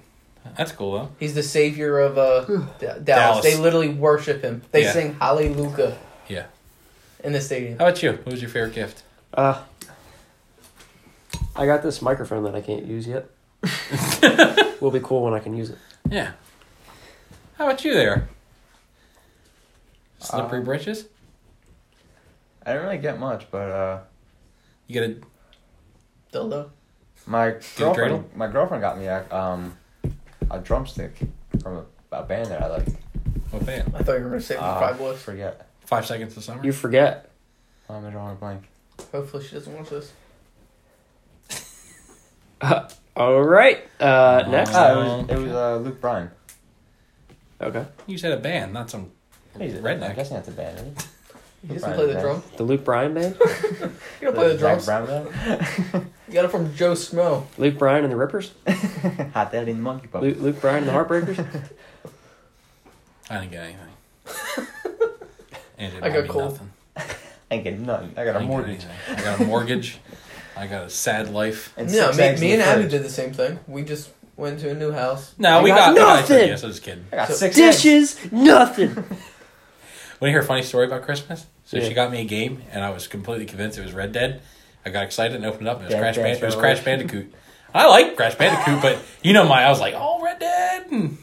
[SPEAKER 2] That's cool though.
[SPEAKER 4] He's the savior of uh, D- Dallas.
[SPEAKER 2] Dallas.
[SPEAKER 4] They literally worship him. They
[SPEAKER 2] Yeah.
[SPEAKER 4] sing Hallelujah
[SPEAKER 2] Yeah.
[SPEAKER 4] in the stadium.
[SPEAKER 2] How about you? What was your favorite gift?
[SPEAKER 5] Uh, I got this microphone that I can't use yet. Will be cool when I can use it.
[SPEAKER 2] Yeah. How about you there? Slippery britches?
[SPEAKER 1] I didn't really get much, but uh,
[SPEAKER 2] You got a
[SPEAKER 4] Dildo.
[SPEAKER 1] my
[SPEAKER 2] cradle?
[SPEAKER 1] girlfriend, my girlfriend got me a, um, a drumstick from a, a band that I liked.
[SPEAKER 2] what band?
[SPEAKER 4] I thought you were gonna say the
[SPEAKER 2] Ah,
[SPEAKER 1] Uh,
[SPEAKER 4] five boys.
[SPEAKER 1] Forget.
[SPEAKER 2] Five seconds of summer?
[SPEAKER 5] You forget.
[SPEAKER 1] I'm a drawing a blank.
[SPEAKER 4] Hopefully she doesn't watch this.
[SPEAKER 5] All right. Uh, next.
[SPEAKER 2] Uh,
[SPEAKER 1] Oh, it was, it was uh, Luke Bryan.
[SPEAKER 5] Okay.
[SPEAKER 2] You said a band, not some
[SPEAKER 1] He's a- I'm
[SPEAKER 2] redneck.
[SPEAKER 1] guessing that's a band. Isn't it?
[SPEAKER 4] You just
[SPEAKER 1] Brian
[SPEAKER 4] play the drum.
[SPEAKER 1] Adams.
[SPEAKER 5] The Luke Bryan band.
[SPEAKER 4] You gotta play the
[SPEAKER 1] Zach
[SPEAKER 4] drums.
[SPEAKER 1] Brown band.
[SPEAKER 4] You got it from Joe Smo.
[SPEAKER 5] Luke Bryan and the Rippers.
[SPEAKER 1] Hot Daddy and the Monkey
[SPEAKER 2] Oh.
[SPEAKER 1] Puppet.
[SPEAKER 5] Luke, Luke Bryan and the Heartbreakers.
[SPEAKER 2] I didn't get anything. Andrew
[SPEAKER 4] I got
[SPEAKER 2] bought me
[SPEAKER 4] cold.
[SPEAKER 2] nothing.
[SPEAKER 1] Ain't getting nothing. I got
[SPEAKER 2] I didn't
[SPEAKER 1] a
[SPEAKER 2] get
[SPEAKER 1] mortgage.
[SPEAKER 2] anything. I got a mortgage. I got a sad life.
[SPEAKER 1] And
[SPEAKER 4] Yeah,
[SPEAKER 1] six
[SPEAKER 4] me,
[SPEAKER 1] eggs
[SPEAKER 4] me
[SPEAKER 1] in
[SPEAKER 4] and
[SPEAKER 1] the
[SPEAKER 4] Abby
[SPEAKER 1] fridge.
[SPEAKER 4] did the same thing. We just went to a new house.
[SPEAKER 2] No,
[SPEAKER 5] I
[SPEAKER 2] we
[SPEAKER 5] got
[SPEAKER 2] got,
[SPEAKER 5] nothing.
[SPEAKER 2] Yes, I was just kidding.
[SPEAKER 1] I got
[SPEAKER 4] So-
[SPEAKER 1] six eggs.
[SPEAKER 5] Dishes. Nothing.
[SPEAKER 2] Want to hear a funny story about Christmas? So
[SPEAKER 5] Yeah.
[SPEAKER 2] she got me a game, and I was completely convinced it was Red Dead. I got excited and opened it up, and it was
[SPEAKER 1] Dead
[SPEAKER 2] Crash.
[SPEAKER 1] Dance
[SPEAKER 2] Band- it was Crash
[SPEAKER 1] Revolution.
[SPEAKER 2] Bandicoot. I like Crash Bandicoot, but you know my. I was like, oh, Red Dead. And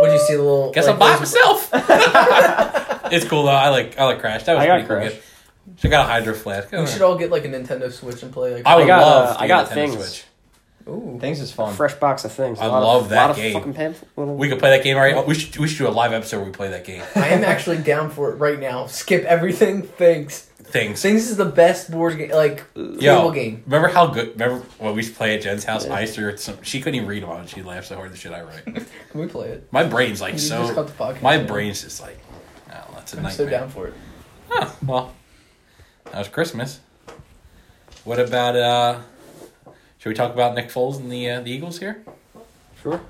[SPEAKER 4] Would you see the little?
[SPEAKER 2] guess
[SPEAKER 4] like,
[SPEAKER 2] I'm by
[SPEAKER 4] those-
[SPEAKER 2] myself. it's cool though. I like I like Crash. That was
[SPEAKER 5] I got
[SPEAKER 2] pretty cool.
[SPEAKER 5] Crash.
[SPEAKER 2] gift. She got a Hydro Flask.
[SPEAKER 4] We should all get like a Nintendo Switch and play like.
[SPEAKER 2] I would
[SPEAKER 5] I got,
[SPEAKER 2] love.
[SPEAKER 5] uh,
[SPEAKER 2] to get
[SPEAKER 5] I
[SPEAKER 2] a
[SPEAKER 5] got
[SPEAKER 2] Nintendo
[SPEAKER 5] things.
[SPEAKER 2] Switch.
[SPEAKER 4] Ooh.
[SPEAKER 1] Things is fun.
[SPEAKER 5] Fresh box of things. A
[SPEAKER 2] I
[SPEAKER 5] lot
[SPEAKER 2] love
[SPEAKER 5] of,
[SPEAKER 2] that
[SPEAKER 5] lot
[SPEAKER 2] game.
[SPEAKER 5] Of fucking pamphlet, little-
[SPEAKER 2] We could play that game right. We should we should do a live episode where we play that game.
[SPEAKER 4] I am actually down for it right now. Skip everything. Thanks.
[SPEAKER 2] Things.
[SPEAKER 4] Things is the best board game, like table game.
[SPEAKER 2] Remember how good? Remember when we used to play at Jen's house? I used to. Some, she couldn't even read them, and she laughed so hard the shit I write.
[SPEAKER 4] Can we play it?
[SPEAKER 2] My brain's like
[SPEAKER 4] You
[SPEAKER 2] so.
[SPEAKER 4] just got the podcast.
[SPEAKER 2] my
[SPEAKER 4] in.
[SPEAKER 2] brain's just like, oh, that's a
[SPEAKER 4] I'm
[SPEAKER 2] nightmare.
[SPEAKER 4] so down for it.
[SPEAKER 2] Huh, well, that was Christmas. What about? uh Should we talk about Nick Foles and the uh, the Eagles here?
[SPEAKER 5] Sure.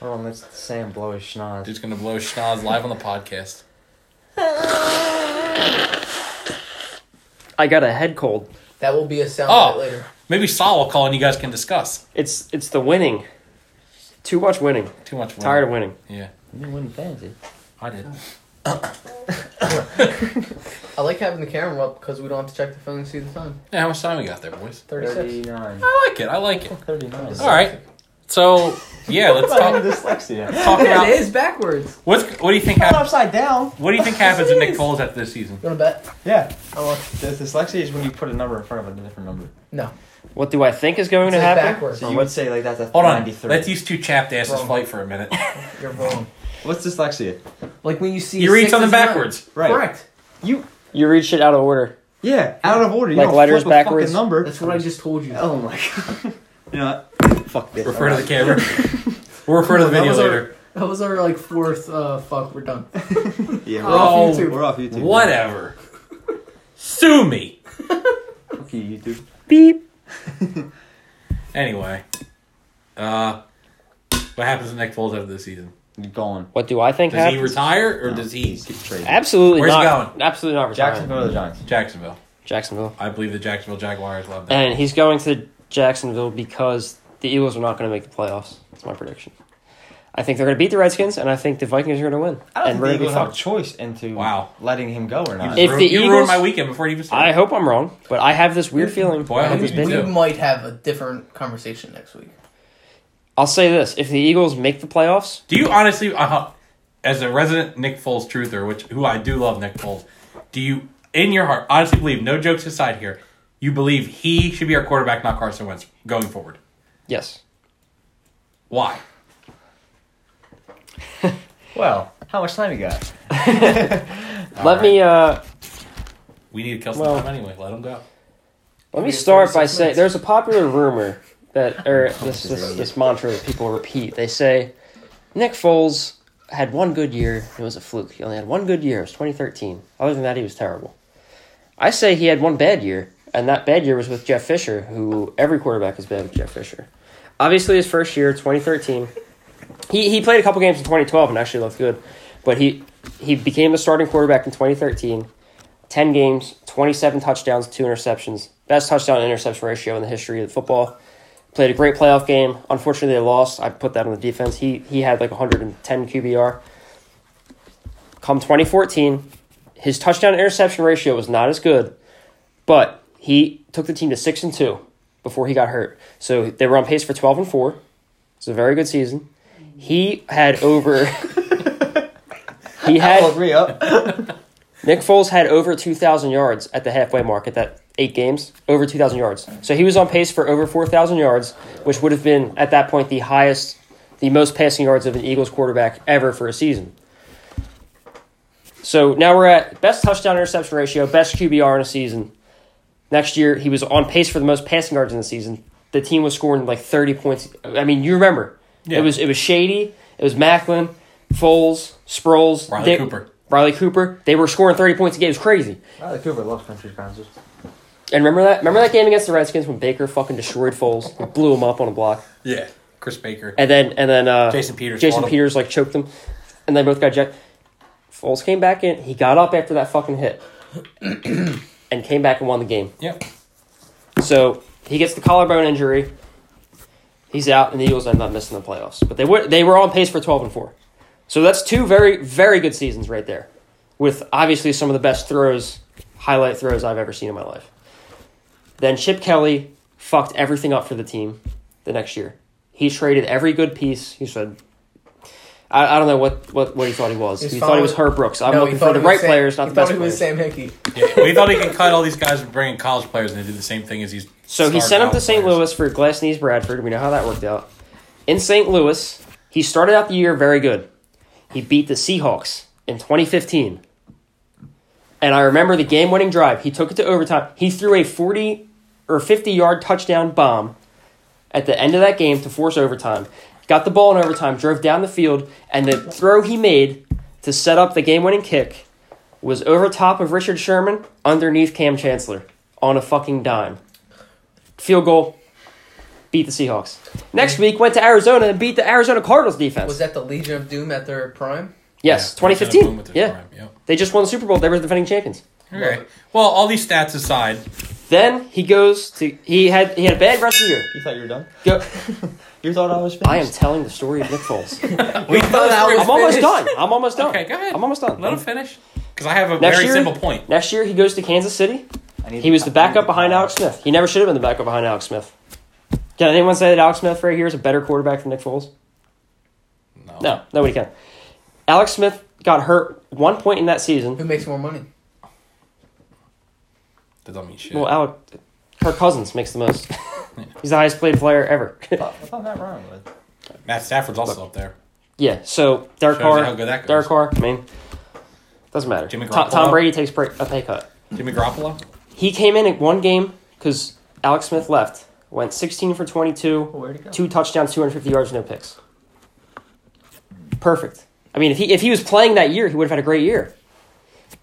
[SPEAKER 1] Hold on, let's Sam blow his schnoz.
[SPEAKER 2] Dude's gonna blow schnoz live on the podcast.
[SPEAKER 5] I got a head cold.
[SPEAKER 4] That will be a sound
[SPEAKER 2] Oh.
[SPEAKER 4] bite later.
[SPEAKER 2] Maybe Saul will call and you guys can discuss.
[SPEAKER 5] It's it's the winning. Too much winning.
[SPEAKER 2] Too much. Wine.
[SPEAKER 5] Tired of winning.
[SPEAKER 2] Yeah,
[SPEAKER 1] You didn't win fancy.
[SPEAKER 2] I did.
[SPEAKER 4] I like having the camera up because we don't have to check the phone and see the time.
[SPEAKER 2] Yeah, how much time we got there, boys?
[SPEAKER 4] Thirty-six.
[SPEAKER 1] 39.
[SPEAKER 2] I like it. I like it.
[SPEAKER 1] 39.
[SPEAKER 2] All right. So yeah, let's
[SPEAKER 1] I'm
[SPEAKER 2] talk.
[SPEAKER 1] dyslexia.
[SPEAKER 2] talk about
[SPEAKER 4] it is backwards.
[SPEAKER 2] What's, what do you think
[SPEAKER 1] Not
[SPEAKER 2] happens?
[SPEAKER 1] upside down.
[SPEAKER 2] What do you think happens to Nick Foles after this season?
[SPEAKER 4] You want to bet?
[SPEAKER 1] Yeah.
[SPEAKER 4] I want.
[SPEAKER 1] The dyslexia is when you put a number in front of a different number.
[SPEAKER 4] No.
[SPEAKER 5] What do I think is going
[SPEAKER 4] It's
[SPEAKER 5] to
[SPEAKER 4] like
[SPEAKER 5] happen?
[SPEAKER 4] backwards.
[SPEAKER 1] So you would say like that's a
[SPEAKER 2] Hold on,
[SPEAKER 1] 93.
[SPEAKER 2] let these two chapped asses
[SPEAKER 4] Wrong.
[SPEAKER 2] fight for a minute.
[SPEAKER 4] You're wrong.
[SPEAKER 1] What's dyslexia?
[SPEAKER 4] Like when you see.
[SPEAKER 2] You read
[SPEAKER 4] six
[SPEAKER 2] something
[SPEAKER 4] is nine.
[SPEAKER 2] backwards.
[SPEAKER 1] Right.
[SPEAKER 4] Correct.
[SPEAKER 1] You.
[SPEAKER 5] You read shit out of order.
[SPEAKER 1] Yeah. Out of order. You
[SPEAKER 5] Like
[SPEAKER 1] don't
[SPEAKER 5] letters
[SPEAKER 1] flip a fucking
[SPEAKER 5] backwards?
[SPEAKER 1] number.
[SPEAKER 4] Oh. That's what I just told you.
[SPEAKER 1] Oh my god. You know, fuck this.
[SPEAKER 2] Refer to the camera. we'll refer to the
[SPEAKER 4] That
[SPEAKER 2] video
[SPEAKER 4] was our-
[SPEAKER 2] later.
[SPEAKER 4] That was our like fourth. Uh, fuck, we're done.
[SPEAKER 1] camera. Yeah, we're,
[SPEAKER 2] Oh,
[SPEAKER 1] off YouTube. we're off YouTube.
[SPEAKER 2] Whatever. Sue me.
[SPEAKER 1] Fuck you, YouTube.
[SPEAKER 5] Beep.
[SPEAKER 2] Anyway, uh, what happens to Nick Foles after this season?
[SPEAKER 1] You're gone.
[SPEAKER 5] What do I think
[SPEAKER 2] Does he
[SPEAKER 5] happens?
[SPEAKER 2] retire or
[SPEAKER 1] No,
[SPEAKER 2] does he
[SPEAKER 1] He's traded.
[SPEAKER 5] absolutely
[SPEAKER 2] Where's he
[SPEAKER 5] not. Absolutely not retiring.
[SPEAKER 1] Jacksonville or the Giants?
[SPEAKER 2] Jacksonville?
[SPEAKER 5] Jacksonville.
[SPEAKER 2] I believe the Jacksonville Jaguars love that.
[SPEAKER 5] And he's going to Jacksonville because the Eagles are not going to make the playoffs. That's my prediction. I think they're going to beat the Redskins, and I think the Vikings are going to win.
[SPEAKER 1] I don't
[SPEAKER 5] and
[SPEAKER 1] think
[SPEAKER 5] we're gonna
[SPEAKER 1] the Eagles have a
[SPEAKER 5] fucked.
[SPEAKER 1] choice into
[SPEAKER 2] Wow.
[SPEAKER 1] letting him go or not.
[SPEAKER 2] You
[SPEAKER 5] Uh, If
[SPEAKER 2] ruined-
[SPEAKER 5] the
[SPEAKER 2] you
[SPEAKER 5] Eagles-
[SPEAKER 2] ruined my weekend before it even started.
[SPEAKER 5] I hope I'm wrong, but I have this weird feeling.
[SPEAKER 2] Boy, I
[SPEAKER 5] I have
[SPEAKER 2] hope
[SPEAKER 5] this
[SPEAKER 2] you do.
[SPEAKER 5] big-
[SPEAKER 4] We might have a different conversation next week.
[SPEAKER 5] I'll say this: if the Eagles make the playoffs,
[SPEAKER 2] Do you honestly, uh, as a resident Nick Foles truther, which who I do love Nick Foles, do you in your heart honestly believe, no jokes aside here, you believe he should be our quarterback, not Carson Wentz, going forward?
[SPEAKER 5] yes,
[SPEAKER 2] Why?
[SPEAKER 1] Well, how much time you got?
[SPEAKER 5] let me uh,
[SPEAKER 2] We need to kill some
[SPEAKER 5] Well-
[SPEAKER 2] time anyway. Let him go.
[SPEAKER 5] let
[SPEAKER 4] We
[SPEAKER 5] me
[SPEAKER 4] have
[SPEAKER 5] start by
[SPEAKER 4] 36
[SPEAKER 5] saying
[SPEAKER 4] minutes.
[SPEAKER 5] there's a popular rumor that or this this, this mantra that people repeat. They say Nick Foles had one good year. It was a fluke. He only had one good year. It was 2013. Other than that, he was terrible. I say he had one bad year, and that bad year was with Jeff Fisher, who every quarterback is bad with Jeff Fisher. Obviously, his first year, 2013, he he played a couple games in 2012 and actually looked good, but he he became the starting quarterback in 2013. 10 games, 27 touchdowns, two interceptions. Best touchdown to interception ratio in the history of football. Played a great playoff game. Unfortunately, they lost. I put that on the defense. He he had like 110 QBR. Come 2014, his touchdown to interception ratio was not as good, but he took the team to 6 and 2 before he got hurt. So they were on pace for 12 and 4. It's a very good season. He had over He had
[SPEAKER 1] I'll agree up.
[SPEAKER 5] Nick Foles had over 2,000 yards at the halfway mark at that eight games, over 2,000 yards. So he was on pace for over 4,000 yards, which would have been, at that point, the highest, the most passing yards of an Eagles quarterback ever for a season. So now we're at best touchdown interception ratio, best QBR in a season. Next year, he was on pace for the most passing yards in the season. The team was scoring like 30 points. I mean, you remember.
[SPEAKER 2] Yeah.
[SPEAKER 5] It was it was Shady, it was Macklin, Foles, Sproles,
[SPEAKER 2] Riley
[SPEAKER 5] they-
[SPEAKER 2] Cooper.
[SPEAKER 5] Riley Cooper. They were scoring 30 points a game. It was crazy.
[SPEAKER 1] Riley Cooper loves country concerts.
[SPEAKER 5] And remember that? Remember that game against the Redskins when Baker fucking destroyed Foles, He blew him up on a block,
[SPEAKER 2] Yeah. Chris Baker.
[SPEAKER 5] and then and then uh,
[SPEAKER 2] Jason Peters.
[SPEAKER 5] Jason
[SPEAKER 2] fought him.
[SPEAKER 5] Peters like choked him, and they both got jacked. Foles came back in. He got up after that fucking hit, and came back and won the game.
[SPEAKER 2] Yep.
[SPEAKER 5] So he gets the collarbone injury. He's out, and the Eagles end up missing the playoffs. But they were they were on pace for twelve and four. So that's two very very good seasons right there, with obviously some of the best throws, highlight throws I've ever seen in my life. Then Chip Kelly fucked everything up for the team the next year. He traded every good piece. He said, I, I don't know what, what, what he thought he was.
[SPEAKER 4] He's
[SPEAKER 5] he thought he was
[SPEAKER 4] following-
[SPEAKER 5] Herb Brooks. I'm
[SPEAKER 4] No, he
[SPEAKER 5] looking
[SPEAKER 4] thought
[SPEAKER 5] for the
[SPEAKER 4] he was
[SPEAKER 5] right
[SPEAKER 4] Sam-
[SPEAKER 5] players, not
[SPEAKER 4] he
[SPEAKER 5] the
[SPEAKER 4] thought
[SPEAKER 5] best
[SPEAKER 4] he was Sam
[SPEAKER 5] players.
[SPEAKER 4] Hickey.
[SPEAKER 2] Yeah. We thought he could cut all these guys and bring in college players and they do the same thing as he's.
[SPEAKER 5] So he
[SPEAKER 2] star
[SPEAKER 5] sent him to
[SPEAKER 2] college
[SPEAKER 5] St.
[SPEAKER 2] players.
[SPEAKER 5] Louis for Glass Knees Bradford. We know how that worked out. In St. Louis, he started out the year very good. He beat the Seahawks in 2015. And I remember the game winning drive. He took it to overtime. He threw a 40 or 50 yard touchdown bomb at the end of that game to force overtime. Got the ball in overtime, drove down the field, and the throw he made to set up the game winning kick was over top of Richard Sherman underneath Cam Chancellor on a fucking dime field goal, beat the Seahawks. Next week, went to Arizona and beat the Arizona Cardinals defense.
[SPEAKER 4] Was that the Legion of Doom at their prime?
[SPEAKER 5] yes,
[SPEAKER 2] Yeah, Arizona Bloom
[SPEAKER 5] 2015.
[SPEAKER 2] with their
[SPEAKER 5] Yeah,
[SPEAKER 2] prime, Yep.
[SPEAKER 5] they just won the Super Bowl. They were the defending champions.
[SPEAKER 2] Okay. Well, all these stats aside,
[SPEAKER 5] Then he goes to he had he had a bad rest of the year.
[SPEAKER 1] You thought you were done?
[SPEAKER 5] Go,
[SPEAKER 1] You thought I was finished?
[SPEAKER 5] I am telling the story of Nick Foles.
[SPEAKER 2] we
[SPEAKER 4] thought that was
[SPEAKER 5] I'm almost done. I'm almost done.
[SPEAKER 2] Okay, go ahead.
[SPEAKER 5] I'm almost done.
[SPEAKER 2] Let him finish because I have a
[SPEAKER 5] Next
[SPEAKER 2] very
[SPEAKER 5] year-
[SPEAKER 2] simple point.
[SPEAKER 5] Next year he goes to Kansas City.
[SPEAKER 1] I need-
[SPEAKER 5] He was the
[SPEAKER 1] I need
[SPEAKER 5] backup
[SPEAKER 1] to-
[SPEAKER 5] behind Alex Smith. He never should have been the backup behind Alex Smith. Can anyone say that Alex Smith right here is a better quarterback than Nick Foles?
[SPEAKER 2] No.
[SPEAKER 5] No, nobody can. Alex Smith got hurt one point in that season.
[SPEAKER 4] Who makes more money?
[SPEAKER 2] That don't mean shit.
[SPEAKER 5] Well, Alec, Kirk Cousins makes the most. He's the highest played player ever.
[SPEAKER 1] I thought, I thought Matt Ryan was.
[SPEAKER 2] Matt Stafford's also up there.
[SPEAKER 5] yeah. So Derek
[SPEAKER 2] Shows you how
[SPEAKER 5] Carr,
[SPEAKER 2] good that
[SPEAKER 5] Derek
[SPEAKER 2] goes.
[SPEAKER 5] Carr. I mean, doesn't matter.
[SPEAKER 2] Jimmy
[SPEAKER 5] Tom,
[SPEAKER 2] Garoppolo.
[SPEAKER 5] Tom Brady takes pra- a pay cut.
[SPEAKER 2] Jimmy Garoppolo.
[SPEAKER 5] He came in at one game because Alex Smith left. went 16 for 22,
[SPEAKER 3] Where'd it go?
[SPEAKER 5] two touchdowns, 250 yards, no picks. Perfect. I mean, if he if he was playing that year, he would have had a great year.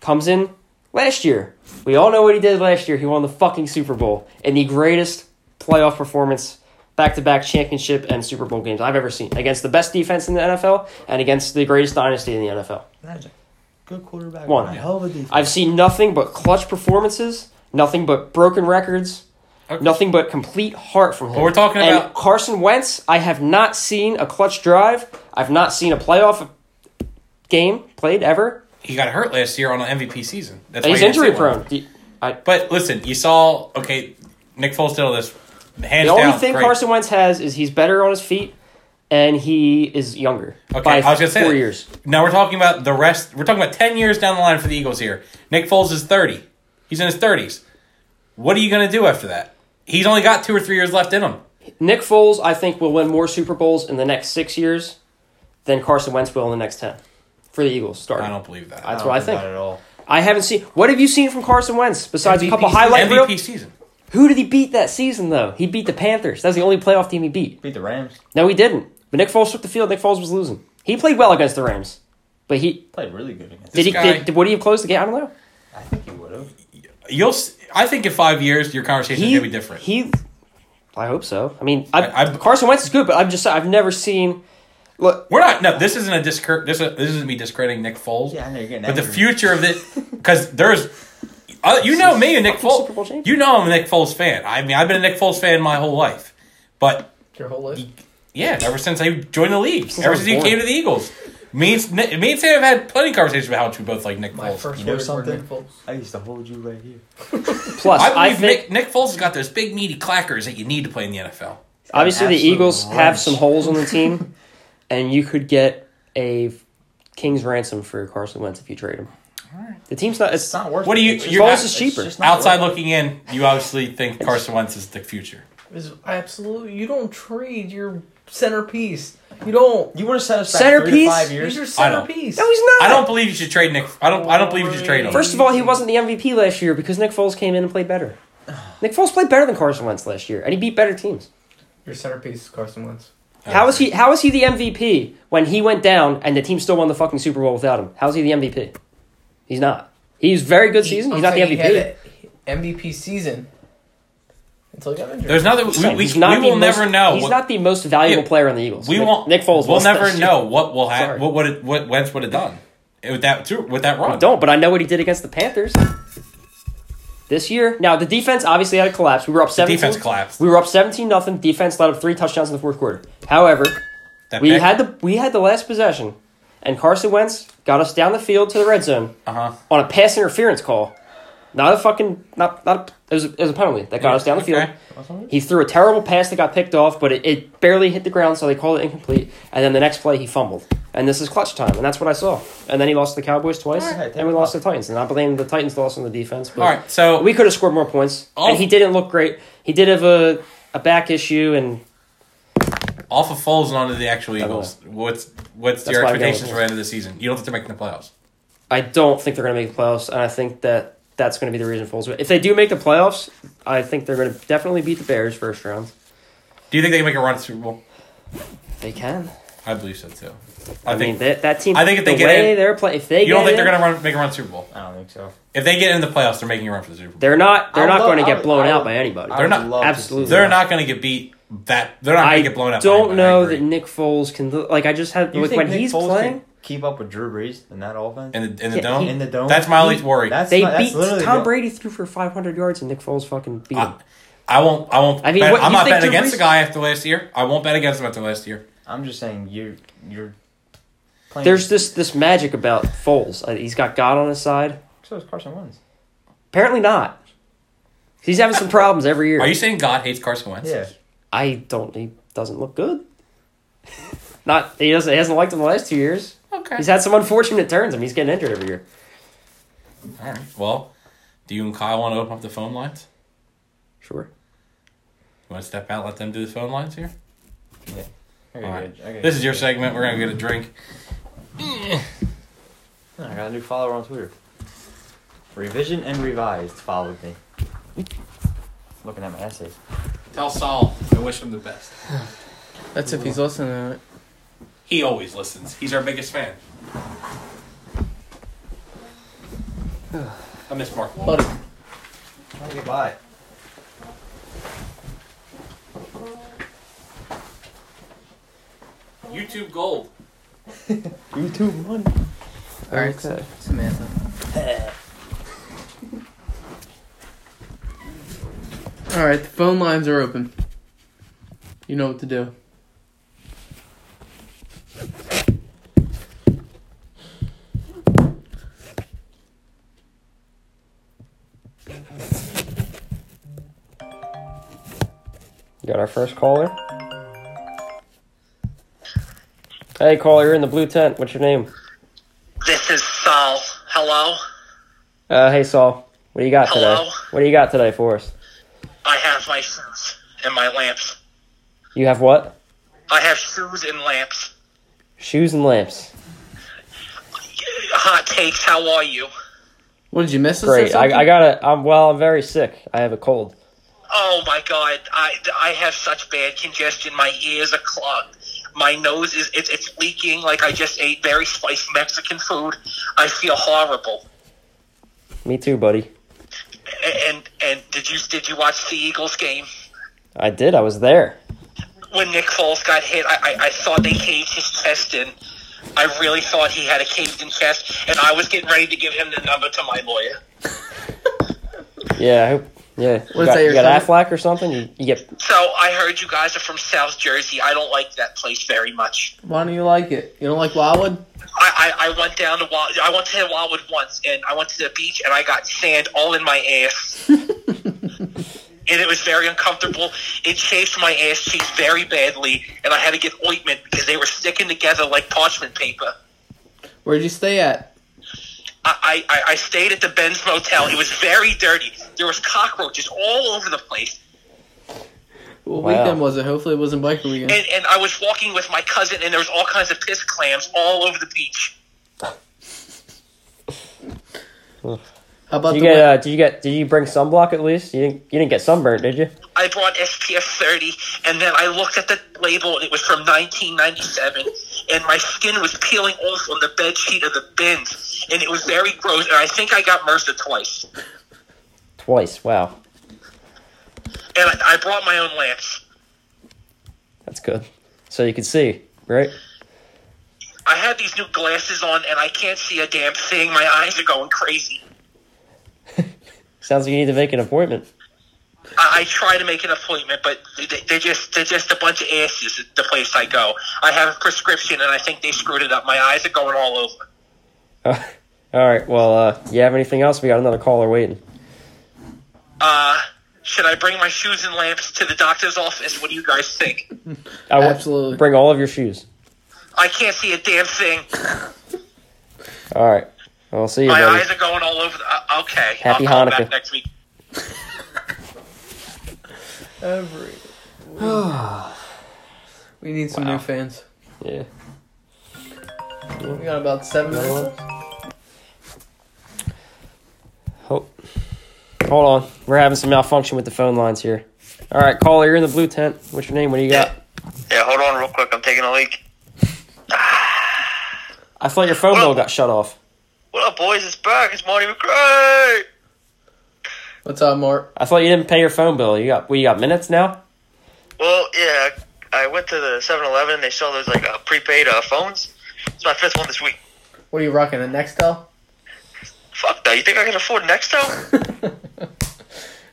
[SPEAKER 5] Comes in last year. We all know what he did last year. He won the fucking Super Bowl in the greatest playoff performance, back to back championship and Super Bowl games I've ever seen against the best defense in the NFL and against the greatest dynasty in the NFL.
[SPEAKER 1] That's a good quarterback.
[SPEAKER 5] One.
[SPEAKER 1] A Hell of a defense.
[SPEAKER 5] I've seen nothing but clutch performances, nothing but broken records,
[SPEAKER 2] Okay.
[SPEAKER 5] nothing but complete heart from him.
[SPEAKER 2] Well, we're talking
[SPEAKER 5] and
[SPEAKER 2] about-
[SPEAKER 5] Carson Wentz. I have not seen a clutch drive. I've not seen a playoff game played ever.
[SPEAKER 2] He got hurt last year on an MVP season. That's why
[SPEAKER 5] He's
[SPEAKER 2] he didn't see
[SPEAKER 5] injury
[SPEAKER 2] one.
[SPEAKER 5] prone. The, I,
[SPEAKER 2] But listen, you saw okay, Nick Foles did all this. Hands
[SPEAKER 5] the only
[SPEAKER 2] down,
[SPEAKER 5] thing
[SPEAKER 2] great.
[SPEAKER 5] Carson Wentz has is he's better on his feet, and he is younger.
[SPEAKER 2] Okay,
[SPEAKER 5] by
[SPEAKER 2] I was gonna say
[SPEAKER 5] four
[SPEAKER 2] that.
[SPEAKER 5] years.
[SPEAKER 2] Now we're talking about the rest. We're talking about ten years down the line for the Eagles here. Nick Foles is thirty. He's in his thirties. What are you going to do after that? He's only got two or three years left in him.
[SPEAKER 5] Nick Foles, I think, will win more Super Bowls in the next six years than Carson Wentz will in the next ten for the Eagles. Starting.
[SPEAKER 2] I don't believe that.
[SPEAKER 5] I- that's
[SPEAKER 1] don't
[SPEAKER 5] what I
[SPEAKER 1] think
[SPEAKER 5] think.
[SPEAKER 1] about it at all.
[SPEAKER 5] I haven't seen. What have you seen from Carson Wentz besides a
[SPEAKER 4] MVP
[SPEAKER 5] couple
[SPEAKER 4] season.
[SPEAKER 5] highlight
[SPEAKER 2] MVP
[SPEAKER 5] reels?
[SPEAKER 2] season.
[SPEAKER 5] Who did he beat that season though? He beat the Panthers. That's the only playoff team he beat.
[SPEAKER 1] Beat the Rams.
[SPEAKER 5] No, he didn't. But Nick Foles took the field. Nick Foles was losing. He played well against the Rams, but he
[SPEAKER 1] Played really good against.
[SPEAKER 5] did he
[SPEAKER 2] guy-
[SPEAKER 5] did, did what did he close the game? I don't know.
[SPEAKER 1] I think he would have.
[SPEAKER 2] You'll. s- I think in five years your conversation is
[SPEAKER 5] He
[SPEAKER 2] going to be different.
[SPEAKER 5] He, I hope so. I mean, I,
[SPEAKER 2] I- I-
[SPEAKER 5] Carson Wentz is good, but I'm just I've never seen. Look,
[SPEAKER 2] we're not. No, this isn't a discredit. This, is- this isn't me discrediting Nick Foles.
[SPEAKER 1] Yeah, I know you're getting.
[SPEAKER 2] But the
[SPEAKER 1] angry.
[SPEAKER 2] future of it, because there's, uh, you know me and Nick
[SPEAKER 5] Fucking Super Bowl
[SPEAKER 2] Foles.
[SPEAKER 5] champion.
[SPEAKER 2] You know I'm a Nick Foles fan. I mean, I've been a Nick Foles fan my whole life. But
[SPEAKER 4] Your whole life.
[SPEAKER 2] yeah, ever since I joined the league,
[SPEAKER 5] Since I
[SPEAKER 2] ever
[SPEAKER 5] was
[SPEAKER 2] since he
[SPEAKER 5] born.
[SPEAKER 2] came to the Eagles, me and, Nick- me and Sam have had plenty of conversations about how much we both like Nick
[SPEAKER 4] My
[SPEAKER 2] Foles.
[SPEAKER 4] first
[SPEAKER 1] You know
[SPEAKER 4] words were
[SPEAKER 1] something?
[SPEAKER 4] Nick Foles.
[SPEAKER 1] I used to hold you right here.
[SPEAKER 5] plus
[SPEAKER 2] I
[SPEAKER 5] I,
[SPEAKER 2] believe Nick,
[SPEAKER 5] think
[SPEAKER 2] Nick Foles has got those big meaty clackers that you need to play in the NFL.
[SPEAKER 5] obviously the
[SPEAKER 1] Absolute
[SPEAKER 5] Eagles have
[SPEAKER 1] wrench.
[SPEAKER 5] some holes on the team, and you could get a king's ransom for Carson Wentz if you trade him. The team's not.
[SPEAKER 1] It's
[SPEAKER 5] It's,
[SPEAKER 1] not worth.
[SPEAKER 2] What
[SPEAKER 1] it.
[SPEAKER 2] do you-
[SPEAKER 1] It's
[SPEAKER 2] you're
[SPEAKER 1] just-
[SPEAKER 2] not-
[SPEAKER 5] it's
[SPEAKER 1] just not
[SPEAKER 2] Outside
[SPEAKER 1] worth
[SPEAKER 2] looking in, you obviously think Carson Wentz is the future.
[SPEAKER 4] Is absolute. You don't trade your centerpiece. You don't.
[SPEAKER 1] it. You want to set us back
[SPEAKER 5] Centerpiece?
[SPEAKER 1] three to five
[SPEAKER 4] He's
[SPEAKER 1] years?
[SPEAKER 4] your
[SPEAKER 2] I don't.
[SPEAKER 4] centerpiece.
[SPEAKER 5] no, he's not.
[SPEAKER 2] I don't believe you should trade Nick. I don't. I don't believe you should trade him.
[SPEAKER 5] First of all, he wasn't the MVP last year because Nick Foles came in and played better. Nick Foles played better than Carson Wentz last year, and he beat better teams.
[SPEAKER 4] Your centerpiece is Carson Wentz.
[SPEAKER 5] How is he? How is he the MVP when he went down and the team still won the fucking Super Bowl without him? How's he the MVP? He's not. He's very good season. He's
[SPEAKER 4] I'm
[SPEAKER 5] not the
[SPEAKER 4] saying he
[SPEAKER 5] MVP.
[SPEAKER 4] had a MVP season until he got injured.
[SPEAKER 2] There's nothing.
[SPEAKER 5] He's not-
[SPEAKER 2] We, we,
[SPEAKER 5] he's not
[SPEAKER 2] we
[SPEAKER 5] the
[SPEAKER 2] will never
[SPEAKER 5] most-
[SPEAKER 2] know.
[SPEAKER 5] He's
[SPEAKER 2] what-
[SPEAKER 5] not the most valuable
[SPEAKER 2] Yeah.
[SPEAKER 5] player on the Eagles.
[SPEAKER 2] We
[SPEAKER 5] Nick,
[SPEAKER 2] won't.
[SPEAKER 5] Nick Foles.
[SPEAKER 2] We'll
[SPEAKER 5] lost
[SPEAKER 2] never
[SPEAKER 5] last year.
[SPEAKER 2] know what will happen.
[SPEAKER 5] Sorry.
[SPEAKER 2] What would it, what Wentz would have done with that too, with that
[SPEAKER 5] I
[SPEAKER 2] run?
[SPEAKER 5] don't, but I know what he did against the Panthers this year. Now the defense obviously had a collapse. We were up seventeen.
[SPEAKER 2] defense collapsed.
[SPEAKER 5] We were up seventeen nothing. Defense let up three touchdowns in the fourth quarter. However,
[SPEAKER 2] That
[SPEAKER 5] we had the we had the last possession, and Carson Wentz got us down the field to the red zone
[SPEAKER 2] uh huh.
[SPEAKER 5] on a pass interference call. Not a fucking not not it was a, it was a penalty that got us down the field.
[SPEAKER 2] Okay.
[SPEAKER 5] He threw a terrible pass that got picked off, but it, it barely hit the ground, so they called it incomplete. And then the next play, he fumbled. And this is clutch time, and that's what I saw. And then he lost to the Cowboys twice,
[SPEAKER 1] All right,
[SPEAKER 5] and we lost to the Titans. And I blame the Titans loss on the defense. But
[SPEAKER 2] All right. So
[SPEAKER 5] we could have scored more points,
[SPEAKER 2] Oh.
[SPEAKER 5] and he didn't look great. He did have a, a back issue, and
[SPEAKER 2] off of Foles and onto the actual
[SPEAKER 5] don't
[SPEAKER 2] Eagles. What's what's
[SPEAKER 5] That's
[SPEAKER 2] your
[SPEAKER 5] why I go with
[SPEAKER 2] expectations for the
[SPEAKER 5] Foles.
[SPEAKER 2] end of the season? You don't think they're making the playoffs.
[SPEAKER 5] I don't think they're going to make the playoffs, and I think that that's going to be the reason Foles. If they do make the playoffs, I think they're going to definitely beat the Bears first round.
[SPEAKER 2] Do you think they can make a run to the Super Bowl?
[SPEAKER 5] They can.
[SPEAKER 2] I believe so too. I,
[SPEAKER 5] I,
[SPEAKER 2] think
[SPEAKER 5] mean that that team.
[SPEAKER 2] I think if they
[SPEAKER 5] the
[SPEAKER 2] get
[SPEAKER 5] way
[SPEAKER 2] in-
[SPEAKER 5] they're play, if they
[SPEAKER 2] you don't
[SPEAKER 5] get
[SPEAKER 2] think they're
[SPEAKER 5] in-
[SPEAKER 2] gonna run make a run to the Super Bowl.
[SPEAKER 1] I don't think so.
[SPEAKER 2] If they get into the playoffs, they're making a run for the Super Bowl.
[SPEAKER 5] They're not. They're
[SPEAKER 1] I
[SPEAKER 5] not
[SPEAKER 1] love-
[SPEAKER 5] going to
[SPEAKER 1] I
[SPEAKER 5] get
[SPEAKER 1] would-
[SPEAKER 5] blown
[SPEAKER 1] I
[SPEAKER 5] out
[SPEAKER 1] would-
[SPEAKER 5] by anybody.
[SPEAKER 2] They're not-
[SPEAKER 1] love to
[SPEAKER 5] absolutely
[SPEAKER 1] see
[SPEAKER 2] They're
[SPEAKER 1] that.
[SPEAKER 2] not gonna get beat. That they're not gonna
[SPEAKER 5] I
[SPEAKER 2] get blown up. by
[SPEAKER 5] don't
[SPEAKER 2] anybody, I
[SPEAKER 5] know
[SPEAKER 2] agree.
[SPEAKER 5] that Nick Foles can. Like I just had
[SPEAKER 1] You
[SPEAKER 5] like
[SPEAKER 1] think
[SPEAKER 5] when
[SPEAKER 1] Nick
[SPEAKER 5] he's
[SPEAKER 1] Foles can
[SPEAKER 5] playing.
[SPEAKER 1] keep up with Drew Brees in that offense?
[SPEAKER 2] in the in the
[SPEAKER 5] Yeah,
[SPEAKER 2] dome.
[SPEAKER 5] he-
[SPEAKER 1] in the dome.
[SPEAKER 2] That's my only worry.
[SPEAKER 1] That's
[SPEAKER 5] They
[SPEAKER 1] not- that's
[SPEAKER 5] beat
[SPEAKER 1] literally
[SPEAKER 5] Tom
[SPEAKER 1] the-
[SPEAKER 5] Brady threw for 500 yards and Nick Foles fucking beat him.
[SPEAKER 2] I, I won't. I won't.
[SPEAKER 5] I mean,
[SPEAKER 2] bet-
[SPEAKER 5] what-
[SPEAKER 2] I'm
[SPEAKER 5] you
[SPEAKER 2] not
[SPEAKER 5] think
[SPEAKER 2] betting
[SPEAKER 5] Drew
[SPEAKER 2] against
[SPEAKER 5] Brees-
[SPEAKER 2] the guy after last year. I won't bet against him after last year.
[SPEAKER 1] I'm just saying you you're playing.
[SPEAKER 5] There's this this magic about Foles. Uh, He's got God on his side.
[SPEAKER 1] So is Carson Wentz.
[SPEAKER 5] Apparently not. He's having some problems every year.
[SPEAKER 2] Are you saying God hates Carson Wentz?
[SPEAKER 1] Yeah.
[SPEAKER 5] I don't. He doesn't look good. not he doesn't. He hasn't liked him the last two years.
[SPEAKER 2] Okay.
[SPEAKER 5] He's had some unfortunate turns. I mean, he's getting injured every year.
[SPEAKER 2] All right. Well, do you and Kyle want to open up the phone lines?
[SPEAKER 5] Sure.
[SPEAKER 2] You want to step out, let them do the phone lines here?
[SPEAKER 1] Okay,
[SPEAKER 2] All right.
[SPEAKER 1] good. Okay,
[SPEAKER 2] This is your
[SPEAKER 1] good.
[SPEAKER 2] segment. We're gonna get a drink.
[SPEAKER 1] I got a new follower on Twitter. Revision and revised followed me. Looking at my essays.
[SPEAKER 2] Tell Saul I wish him the best.
[SPEAKER 4] That's if he's listening to it.
[SPEAKER 2] He always listens. He's our biggest fan. I miss Mark
[SPEAKER 4] Buddy.
[SPEAKER 2] Wahlberg.
[SPEAKER 1] Okay, bye.
[SPEAKER 2] YouTube Gold.
[SPEAKER 1] YouTube one.
[SPEAKER 4] All right,
[SPEAKER 5] Okay.
[SPEAKER 4] Samantha. All right, the phone lines are open. You know what to do.
[SPEAKER 5] You got our first caller. Hey, caller, you're in the blue tent. What's your name?
[SPEAKER 6] This is Saul. Hello?
[SPEAKER 5] Uh, hey, Saul. What do you got
[SPEAKER 6] Hello?
[SPEAKER 5] today? What do you got today for us?
[SPEAKER 6] I have my shoes and my lamps.
[SPEAKER 5] You have what?
[SPEAKER 6] I have shoes and lamps.
[SPEAKER 5] Shoes and lamps.
[SPEAKER 6] Hot takes, how are you?
[SPEAKER 4] What did you miss? us or
[SPEAKER 5] Great.
[SPEAKER 4] something?
[SPEAKER 5] I, I got to I'm well. I'm very sick. I have a cold.
[SPEAKER 6] Oh my god, I, I have such bad congestion. My ears are clogged. My nose is it's, it's leaking like I just ate very spiced Mexican food. I feel horrible.
[SPEAKER 5] Me too, buddy.
[SPEAKER 6] A- And and did you did you watch the Eagles game?
[SPEAKER 5] I did. I was there.
[SPEAKER 6] When Nick Foles got hit, I, I, I thought they caved his chest in. I really thought he had a caved in chest, and I was getting ready to give him the number to my lawyer.
[SPEAKER 5] Yeah. I hope, yeah. You
[SPEAKER 4] What's
[SPEAKER 5] got,
[SPEAKER 4] that,
[SPEAKER 5] you
[SPEAKER 4] your
[SPEAKER 5] got
[SPEAKER 4] son?
[SPEAKER 5] Aflac or something? You, you get
[SPEAKER 6] So I heard you guys are from South Jersey. I don't like that place very much.
[SPEAKER 4] Why don't you like it? You don't like Wildwood?
[SPEAKER 6] I, I, I went down to Wild, I went to Wildwood once, and I went to the beach, and I got sand all in my ass, and it was very uncomfortable. It chafed my ass cheeks very badly, and I had to get ointment because they were sticking together like parchment paper.
[SPEAKER 4] Where'd you stay at?
[SPEAKER 6] I, I, I stayed at the Ben's Motel. It was very dirty. There was cockroaches all over the place.
[SPEAKER 4] What
[SPEAKER 5] Wow.
[SPEAKER 4] weekend was it? Hopefully it wasn't biker weekend.
[SPEAKER 6] and, and I was walking with my cousin, and there was all kinds of piss clams all over the beach.
[SPEAKER 4] How about
[SPEAKER 5] Did you
[SPEAKER 4] the
[SPEAKER 5] get? Uh, did you get? Did you bring sunblock at least? You didn't. You didn't get sunburned, did you?
[SPEAKER 6] I brought SPF 30, and then I looked at the label, and it was from 1997, and my skin was peeling off on the bed sheet of the bins, and it was very gross, and I think I got MRSA twice.
[SPEAKER 5] Twice. Wow,
[SPEAKER 6] And I, I brought my own lamps.
[SPEAKER 5] that's good. So you could see, right?
[SPEAKER 6] I had these new glasses on, and I can't see a damn thing. My eyes are going crazy.
[SPEAKER 5] Sounds like you need to make an appointment.
[SPEAKER 6] I, I try to make an appointment, but they, they're just they're just a bunch of asses. at The place I go, I have a prescription, and I think they screwed it up. My eyes are going all over.
[SPEAKER 5] all right. Well, uh, you have anything else? We got another caller waiting.
[SPEAKER 6] Uh, should I bring my shoes and lamps to the doctor's office? What do you guys think?
[SPEAKER 5] I want-
[SPEAKER 4] Absolutely.
[SPEAKER 5] bring all of your shoes.
[SPEAKER 6] I can't see a damn thing.
[SPEAKER 5] All right. I'll see you,
[SPEAKER 6] My
[SPEAKER 5] buddy.
[SPEAKER 6] eyes are going all over. The, uh, okay,
[SPEAKER 5] Happy
[SPEAKER 6] I'll call
[SPEAKER 5] Hanukkah.
[SPEAKER 6] back next week.
[SPEAKER 4] Every.
[SPEAKER 5] uh,
[SPEAKER 4] we need some new fans.
[SPEAKER 5] Yeah.
[SPEAKER 4] We got about seven
[SPEAKER 5] Another
[SPEAKER 4] minutes. left.
[SPEAKER 5] Oh. Hold on. We're having some malfunction with the phone lines here. All right, caller, you're in the blue tent. What's your name? What do you got?
[SPEAKER 6] Yeah, hold on real quick. I'm taking a leak.
[SPEAKER 5] I thought your phone bill got shut off.
[SPEAKER 6] What up, boys? It's back. It's Marty McRae.
[SPEAKER 4] What's up, Mark?
[SPEAKER 5] I thought you didn't pay your phone bill. You got, what, you got minutes now?
[SPEAKER 6] Well, yeah, I went to the 7-Eleven. and They sell those like uh, prepaid uh, phones. It's my fifth one this week.
[SPEAKER 4] What are you rocking? A Nextel?
[SPEAKER 6] Fuck that. You think I can afford Nextel?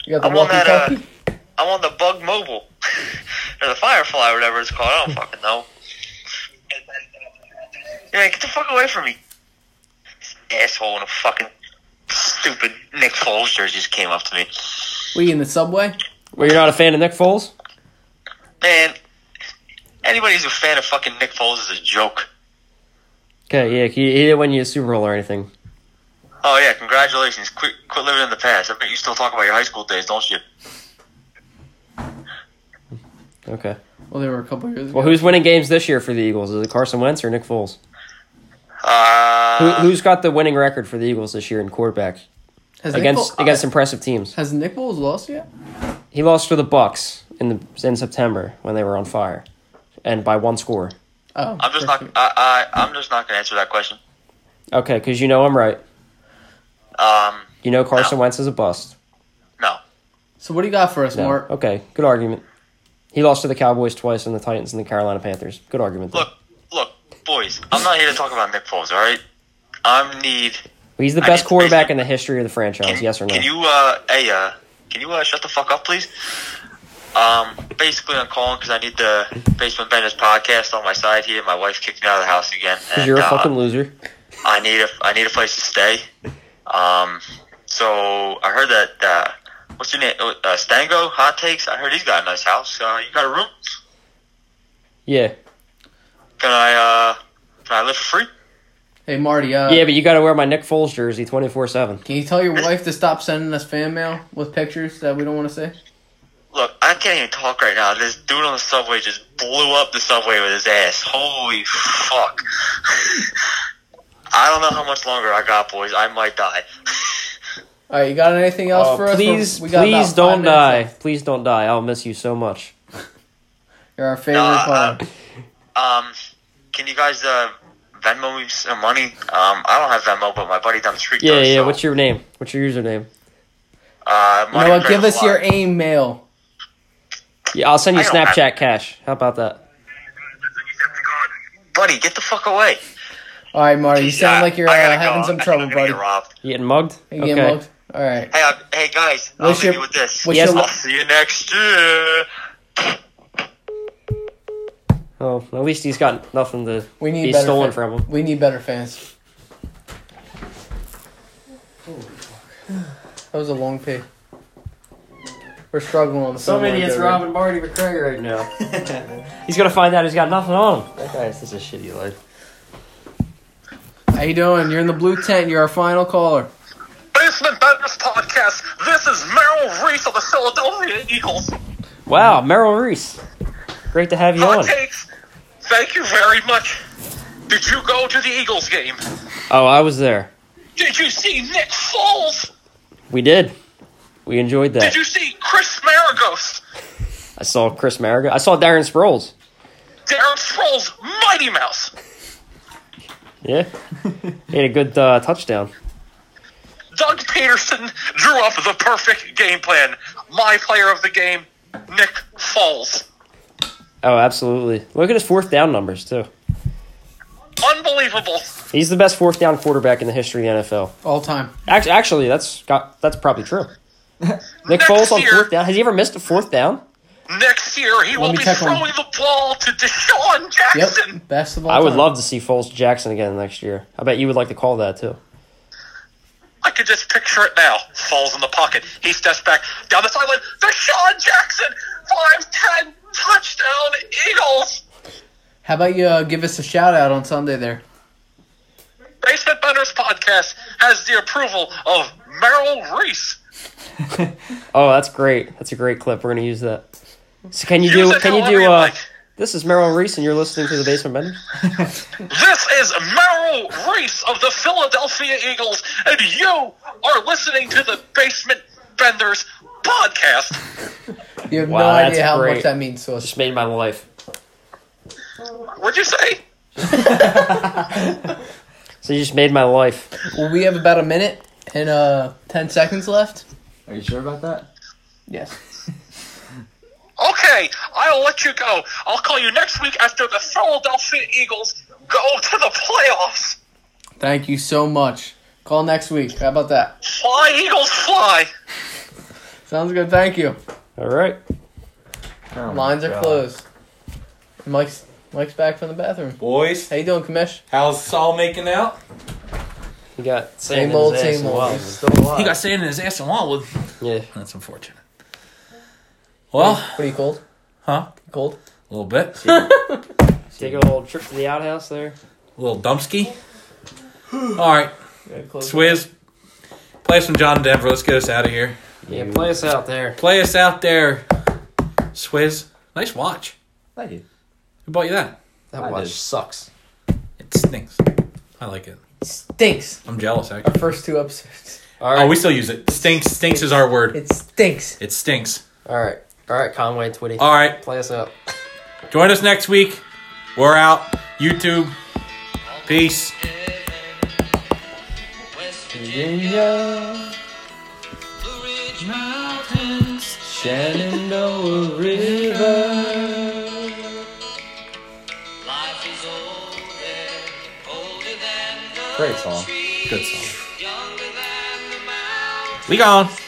[SPEAKER 4] You got the
[SPEAKER 6] I'm on that, uh,
[SPEAKER 4] walkie-talkie?
[SPEAKER 6] I'm on the Bug Mobile. or the Firefly, whatever it's called. I don't fucking know. Yeah, get the fuck away from me. This asshole in a fucking stupid Nick Foles jersey just came up to me.
[SPEAKER 4] we in the subway?
[SPEAKER 5] Well, you're not a fan of Nick Foles?
[SPEAKER 6] Man, anybody who's a fan of fucking Nick Foles is a joke.
[SPEAKER 5] Okay, yeah, he, he didn't win you a Super Bowl or anything.
[SPEAKER 6] Oh, yeah, congratulations. Quit, quit living in the past. I bet you still talk about your high school days, don't you?
[SPEAKER 5] Okay.
[SPEAKER 4] Well, they were a couple years ago.
[SPEAKER 5] Well, who's winning games this year for the Eagles? Is it Carson Wentz or Nick Foles? Who,
[SPEAKER 6] Uh,
[SPEAKER 5] who's got the winning record for the Eagles this year in quarterback
[SPEAKER 4] has
[SPEAKER 5] against uh,
[SPEAKER 4] Nick Foles,
[SPEAKER 5] against impressive teams?
[SPEAKER 4] has Nick Foles lost yet?
[SPEAKER 5] He lost for the Bucks in the in September when they were on fire, and by one score.
[SPEAKER 4] Oh,
[SPEAKER 6] I'm just not. I, I I'm just not gonna answer that question.
[SPEAKER 5] Okay, because you know I'm right.
[SPEAKER 6] Um,
[SPEAKER 5] You know Carson Wentz is a bust.
[SPEAKER 6] no.
[SPEAKER 4] So what do you got for us,
[SPEAKER 5] No.
[SPEAKER 4] Mark?
[SPEAKER 5] Okay, good argument. He lost to the Cowboys twice and the Titans and the Carolina Panthers. Good argument. Though.
[SPEAKER 6] Look, look, boys. I'm not here to talk about Nick Foles. All right. I need.
[SPEAKER 5] He's the
[SPEAKER 6] I need
[SPEAKER 5] best
[SPEAKER 6] to
[SPEAKER 5] quarterback
[SPEAKER 6] basically-
[SPEAKER 5] in the history of the franchise.
[SPEAKER 6] Can,
[SPEAKER 5] yes or no?
[SPEAKER 6] Can you uh hey uh can you uh shut the fuck up please? Um, basically I'm calling because I need the Basement Benders podcast on my side here. My wife kicked me out of the house again,
[SPEAKER 5] Because
[SPEAKER 6] and
[SPEAKER 5] you're a
[SPEAKER 6] uh,
[SPEAKER 5] fucking loser.
[SPEAKER 6] I need a I need a place to stay. Um, so I heard that uh, what's your name? Uh, Stango Hot Takes. I heard he's got a nice house. Uh, you got a room?
[SPEAKER 5] Yeah.
[SPEAKER 6] Can I uh can I live for free?
[SPEAKER 4] Hey, Marty. Uh,
[SPEAKER 5] Yeah, but you got to wear my Nick Foles jersey 24 7.
[SPEAKER 4] Can you tell your wife to stop sending us fan mail with pictures that we don't want to see?
[SPEAKER 6] Look, I can't even talk right now. This dude on the subway just blew up the subway with his ass. Holy fuck. I don't know how much longer I got, boys. I might die.
[SPEAKER 4] All right, you got anything else for us?
[SPEAKER 5] Uh, please,
[SPEAKER 4] We got about
[SPEAKER 5] please
[SPEAKER 4] five
[SPEAKER 5] don't
[SPEAKER 4] minutes
[SPEAKER 5] die.
[SPEAKER 4] left.
[SPEAKER 5] Please don't die. I'll miss you so much.
[SPEAKER 4] You're our favorite
[SPEAKER 6] Nah,
[SPEAKER 4] part.
[SPEAKER 6] Um, can you guys uh, Venmo me some money? Um, I don't have Venmo, but my buddy down the street
[SPEAKER 5] Yeah,
[SPEAKER 6] does.
[SPEAKER 5] yeah.
[SPEAKER 6] so,
[SPEAKER 5] uh, What's your name? What's your username?
[SPEAKER 6] uh,
[SPEAKER 4] You
[SPEAKER 6] money
[SPEAKER 4] know what? Give
[SPEAKER 6] Cradle
[SPEAKER 4] us your
[SPEAKER 6] Fly.
[SPEAKER 4] aim mail.
[SPEAKER 5] Yeah, I'll send you
[SPEAKER 6] I don't have-
[SPEAKER 5] Snapchat cash. How about that?
[SPEAKER 6] buddy. Get the fuck away!
[SPEAKER 4] All right, Marty. You sound
[SPEAKER 6] Yeah,
[SPEAKER 4] like you're uh,
[SPEAKER 6] I gotta
[SPEAKER 4] having
[SPEAKER 6] go.
[SPEAKER 4] some
[SPEAKER 6] I think
[SPEAKER 4] trouble,
[SPEAKER 6] I'm gonna
[SPEAKER 4] buddy.
[SPEAKER 6] Get robbed.
[SPEAKER 5] You getting mugged?
[SPEAKER 4] You getting mugged? All right.
[SPEAKER 6] Hey, I, hey guys, I'll
[SPEAKER 4] What's
[SPEAKER 6] leave
[SPEAKER 4] your-
[SPEAKER 6] you with this.
[SPEAKER 4] what's
[SPEAKER 5] Yes, your-
[SPEAKER 6] I'll see you next year.
[SPEAKER 5] Oh, at least he's got nothing to
[SPEAKER 4] We need
[SPEAKER 5] be
[SPEAKER 4] better.
[SPEAKER 5] stolen
[SPEAKER 4] fan-
[SPEAKER 5] from him.
[SPEAKER 4] We need better fans. That was a long pee. We're struggling on the phone line there, right?
[SPEAKER 5] Barty McCray right now. he's gonna find out he's got nothing on him.
[SPEAKER 1] That guy has such a shitty life.
[SPEAKER 4] How you doing? You're in the blue tent. You're our final caller.
[SPEAKER 6] Basement Benders Podcast. This is Merrill Reese of the Philadelphia Eagles.
[SPEAKER 5] Wow, Merrill Reese. Great to have you
[SPEAKER 6] Hot
[SPEAKER 5] on.
[SPEAKER 6] takes. Thank you very much. Did you go to the Eagles game?
[SPEAKER 5] Oh, I was there.
[SPEAKER 6] Did you see Nick Foles?
[SPEAKER 5] We did. We enjoyed that.
[SPEAKER 6] Did you see Chris Maragos?
[SPEAKER 5] I saw Chris Mariga. I saw Darren Sproles.
[SPEAKER 6] Darren Sproles, Mighty Mouse.
[SPEAKER 5] Yeah, he had a good uh, touchdown.
[SPEAKER 6] Doug Peterson drew up the perfect game plan. My player of the game, Nick Foles.
[SPEAKER 5] Oh, absolutely. Look at his fourth down numbers too.
[SPEAKER 6] Unbelievable.
[SPEAKER 5] He's the best fourth down quarterback in the history of the NFL.
[SPEAKER 4] All time.
[SPEAKER 5] Actually, actually that's got, that's probably true. Nick
[SPEAKER 6] Next
[SPEAKER 5] Foles on
[SPEAKER 6] year-
[SPEAKER 5] fourth down. Has he ever missed a fourth down?
[SPEAKER 6] Next year, he will
[SPEAKER 4] me
[SPEAKER 6] be
[SPEAKER 4] check one.
[SPEAKER 6] throwing the ball to Deshaun Jackson.
[SPEAKER 4] Yep. Best of all.
[SPEAKER 5] I would
[SPEAKER 4] time.
[SPEAKER 5] love to see Foles Jackson again next year. I bet you would like to call that too.
[SPEAKER 6] I could just picture it now. Falls in the pocket. He steps back down the sideline. Deshaun Jackson, 5'10, touchdown, Eagles.
[SPEAKER 4] How about you uh, give us a shout out on Sunday there?
[SPEAKER 6] Basement Benders Podcast has the approval of Merrill Reese.
[SPEAKER 5] Oh, that's great. That's a great clip. We're gonna use that. So can you
[SPEAKER 6] Use
[SPEAKER 5] do?
[SPEAKER 6] it
[SPEAKER 5] Can you
[SPEAKER 6] however
[SPEAKER 5] do?
[SPEAKER 6] you
[SPEAKER 5] Uh,
[SPEAKER 6] like.
[SPEAKER 5] this is Merrill Reese, and you're listening to the Basement Benders.
[SPEAKER 6] This is Merrill Reese of the Philadelphia Eagles, and you are listening to the Basement Benders Podcast.
[SPEAKER 4] You have no
[SPEAKER 5] Wow, that's
[SPEAKER 4] idea how
[SPEAKER 5] great.
[SPEAKER 4] much that means to us.
[SPEAKER 5] Just made my life.
[SPEAKER 6] What'd you say?
[SPEAKER 5] So you just made my life.
[SPEAKER 4] Well, we have about a minute and uh, ten seconds left.
[SPEAKER 1] Are you sure about that?
[SPEAKER 4] Yes.
[SPEAKER 6] Okay, I'll let you go. I'll call you next week after the Philadelphia Eagles go to the playoffs.
[SPEAKER 4] Thank you so much. Call next week. How about that?
[SPEAKER 6] Fly, Eagles, fly.
[SPEAKER 4] Sounds good. Thank you.
[SPEAKER 5] All right.
[SPEAKER 1] Oh my
[SPEAKER 4] Lines are
[SPEAKER 1] God.
[SPEAKER 4] closed. Mike's Mike's back from the bathroom.
[SPEAKER 2] Boys,
[SPEAKER 4] How you doing, Kamesh?
[SPEAKER 2] how's Saul making out?
[SPEAKER 5] You got same
[SPEAKER 4] old,
[SPEAKER 5] old, same
[SPEAKER 4] same old.
[SPEAKER 5] old.
[SPEAKER 1] He's still alive.
[SPEAKER 2] He got sand in his ass and Wildwood.
[SPEAKER 5] Yeah.
[SPEAKER 2] That's unfortunate. Well,
[SPEAKER 4] What are you cold?
[SPEAKER 2] Oh. huh?
[SPEAKER 4] You cold?
[SPEAKER 2] A little bit.
[SPEAKER 5] Take a little trip to the outhouse there.
[SPEAKER 2] A little dumpski. All right,
[SPEAKER 4] Yeah, close.
[SPEAKER 2] Swizz, play some John Denver. Let's get us out of here.
[SPEAKER 5] Yeah, play us out there.
[SPEAKER 2] Play us out there, Swizz. Nice watch.
[SPEAKER 1] Thank you.
[SPEAKER 2] Who bought you that?
[SPEAKER 5] That
[SPEAKER 1] I
[SPEAKER 5] watch
[SPEAKER 1] did.
[SPEAKER 5] sucks.
[SPEAKER 2] It stinks. I like it.
[SPEAKER 4] Stinks.
[SPEAKER 2] I'm jealous, actually.
[SPEAKER 4] Our first two episodes.
[SPEAKER 5] All right.
[SPEAKER 2] Oh, we still use it. Stinks. Stinks is our word.
[SPEAKER 4] It stinks.
[SPEAKER 2] It stinks.
[SPEAKER 5] All right. All right, Conway and Twitty.
[SPEAKER 2] All right.
[SPEAKER 5] Play us up.
[SPEAKER 2] Join us next week. We're out. YouTube. Peace.
[SPEAKER 6] West
[SPEAKER 1] Virginia,
[SPEAKER 6] Blue Ridge Mountains,
[SPEAKER 1] Shenandoah River.
[SPEAKER 6] life is old there, older than the
[SPEAKER 1] Great song.
[SPEAKER 6] trees,
[SPEAKER 2] Good song.
[SPEAKER 6] younger than the mountains.
[SPEAKER 2] We gone.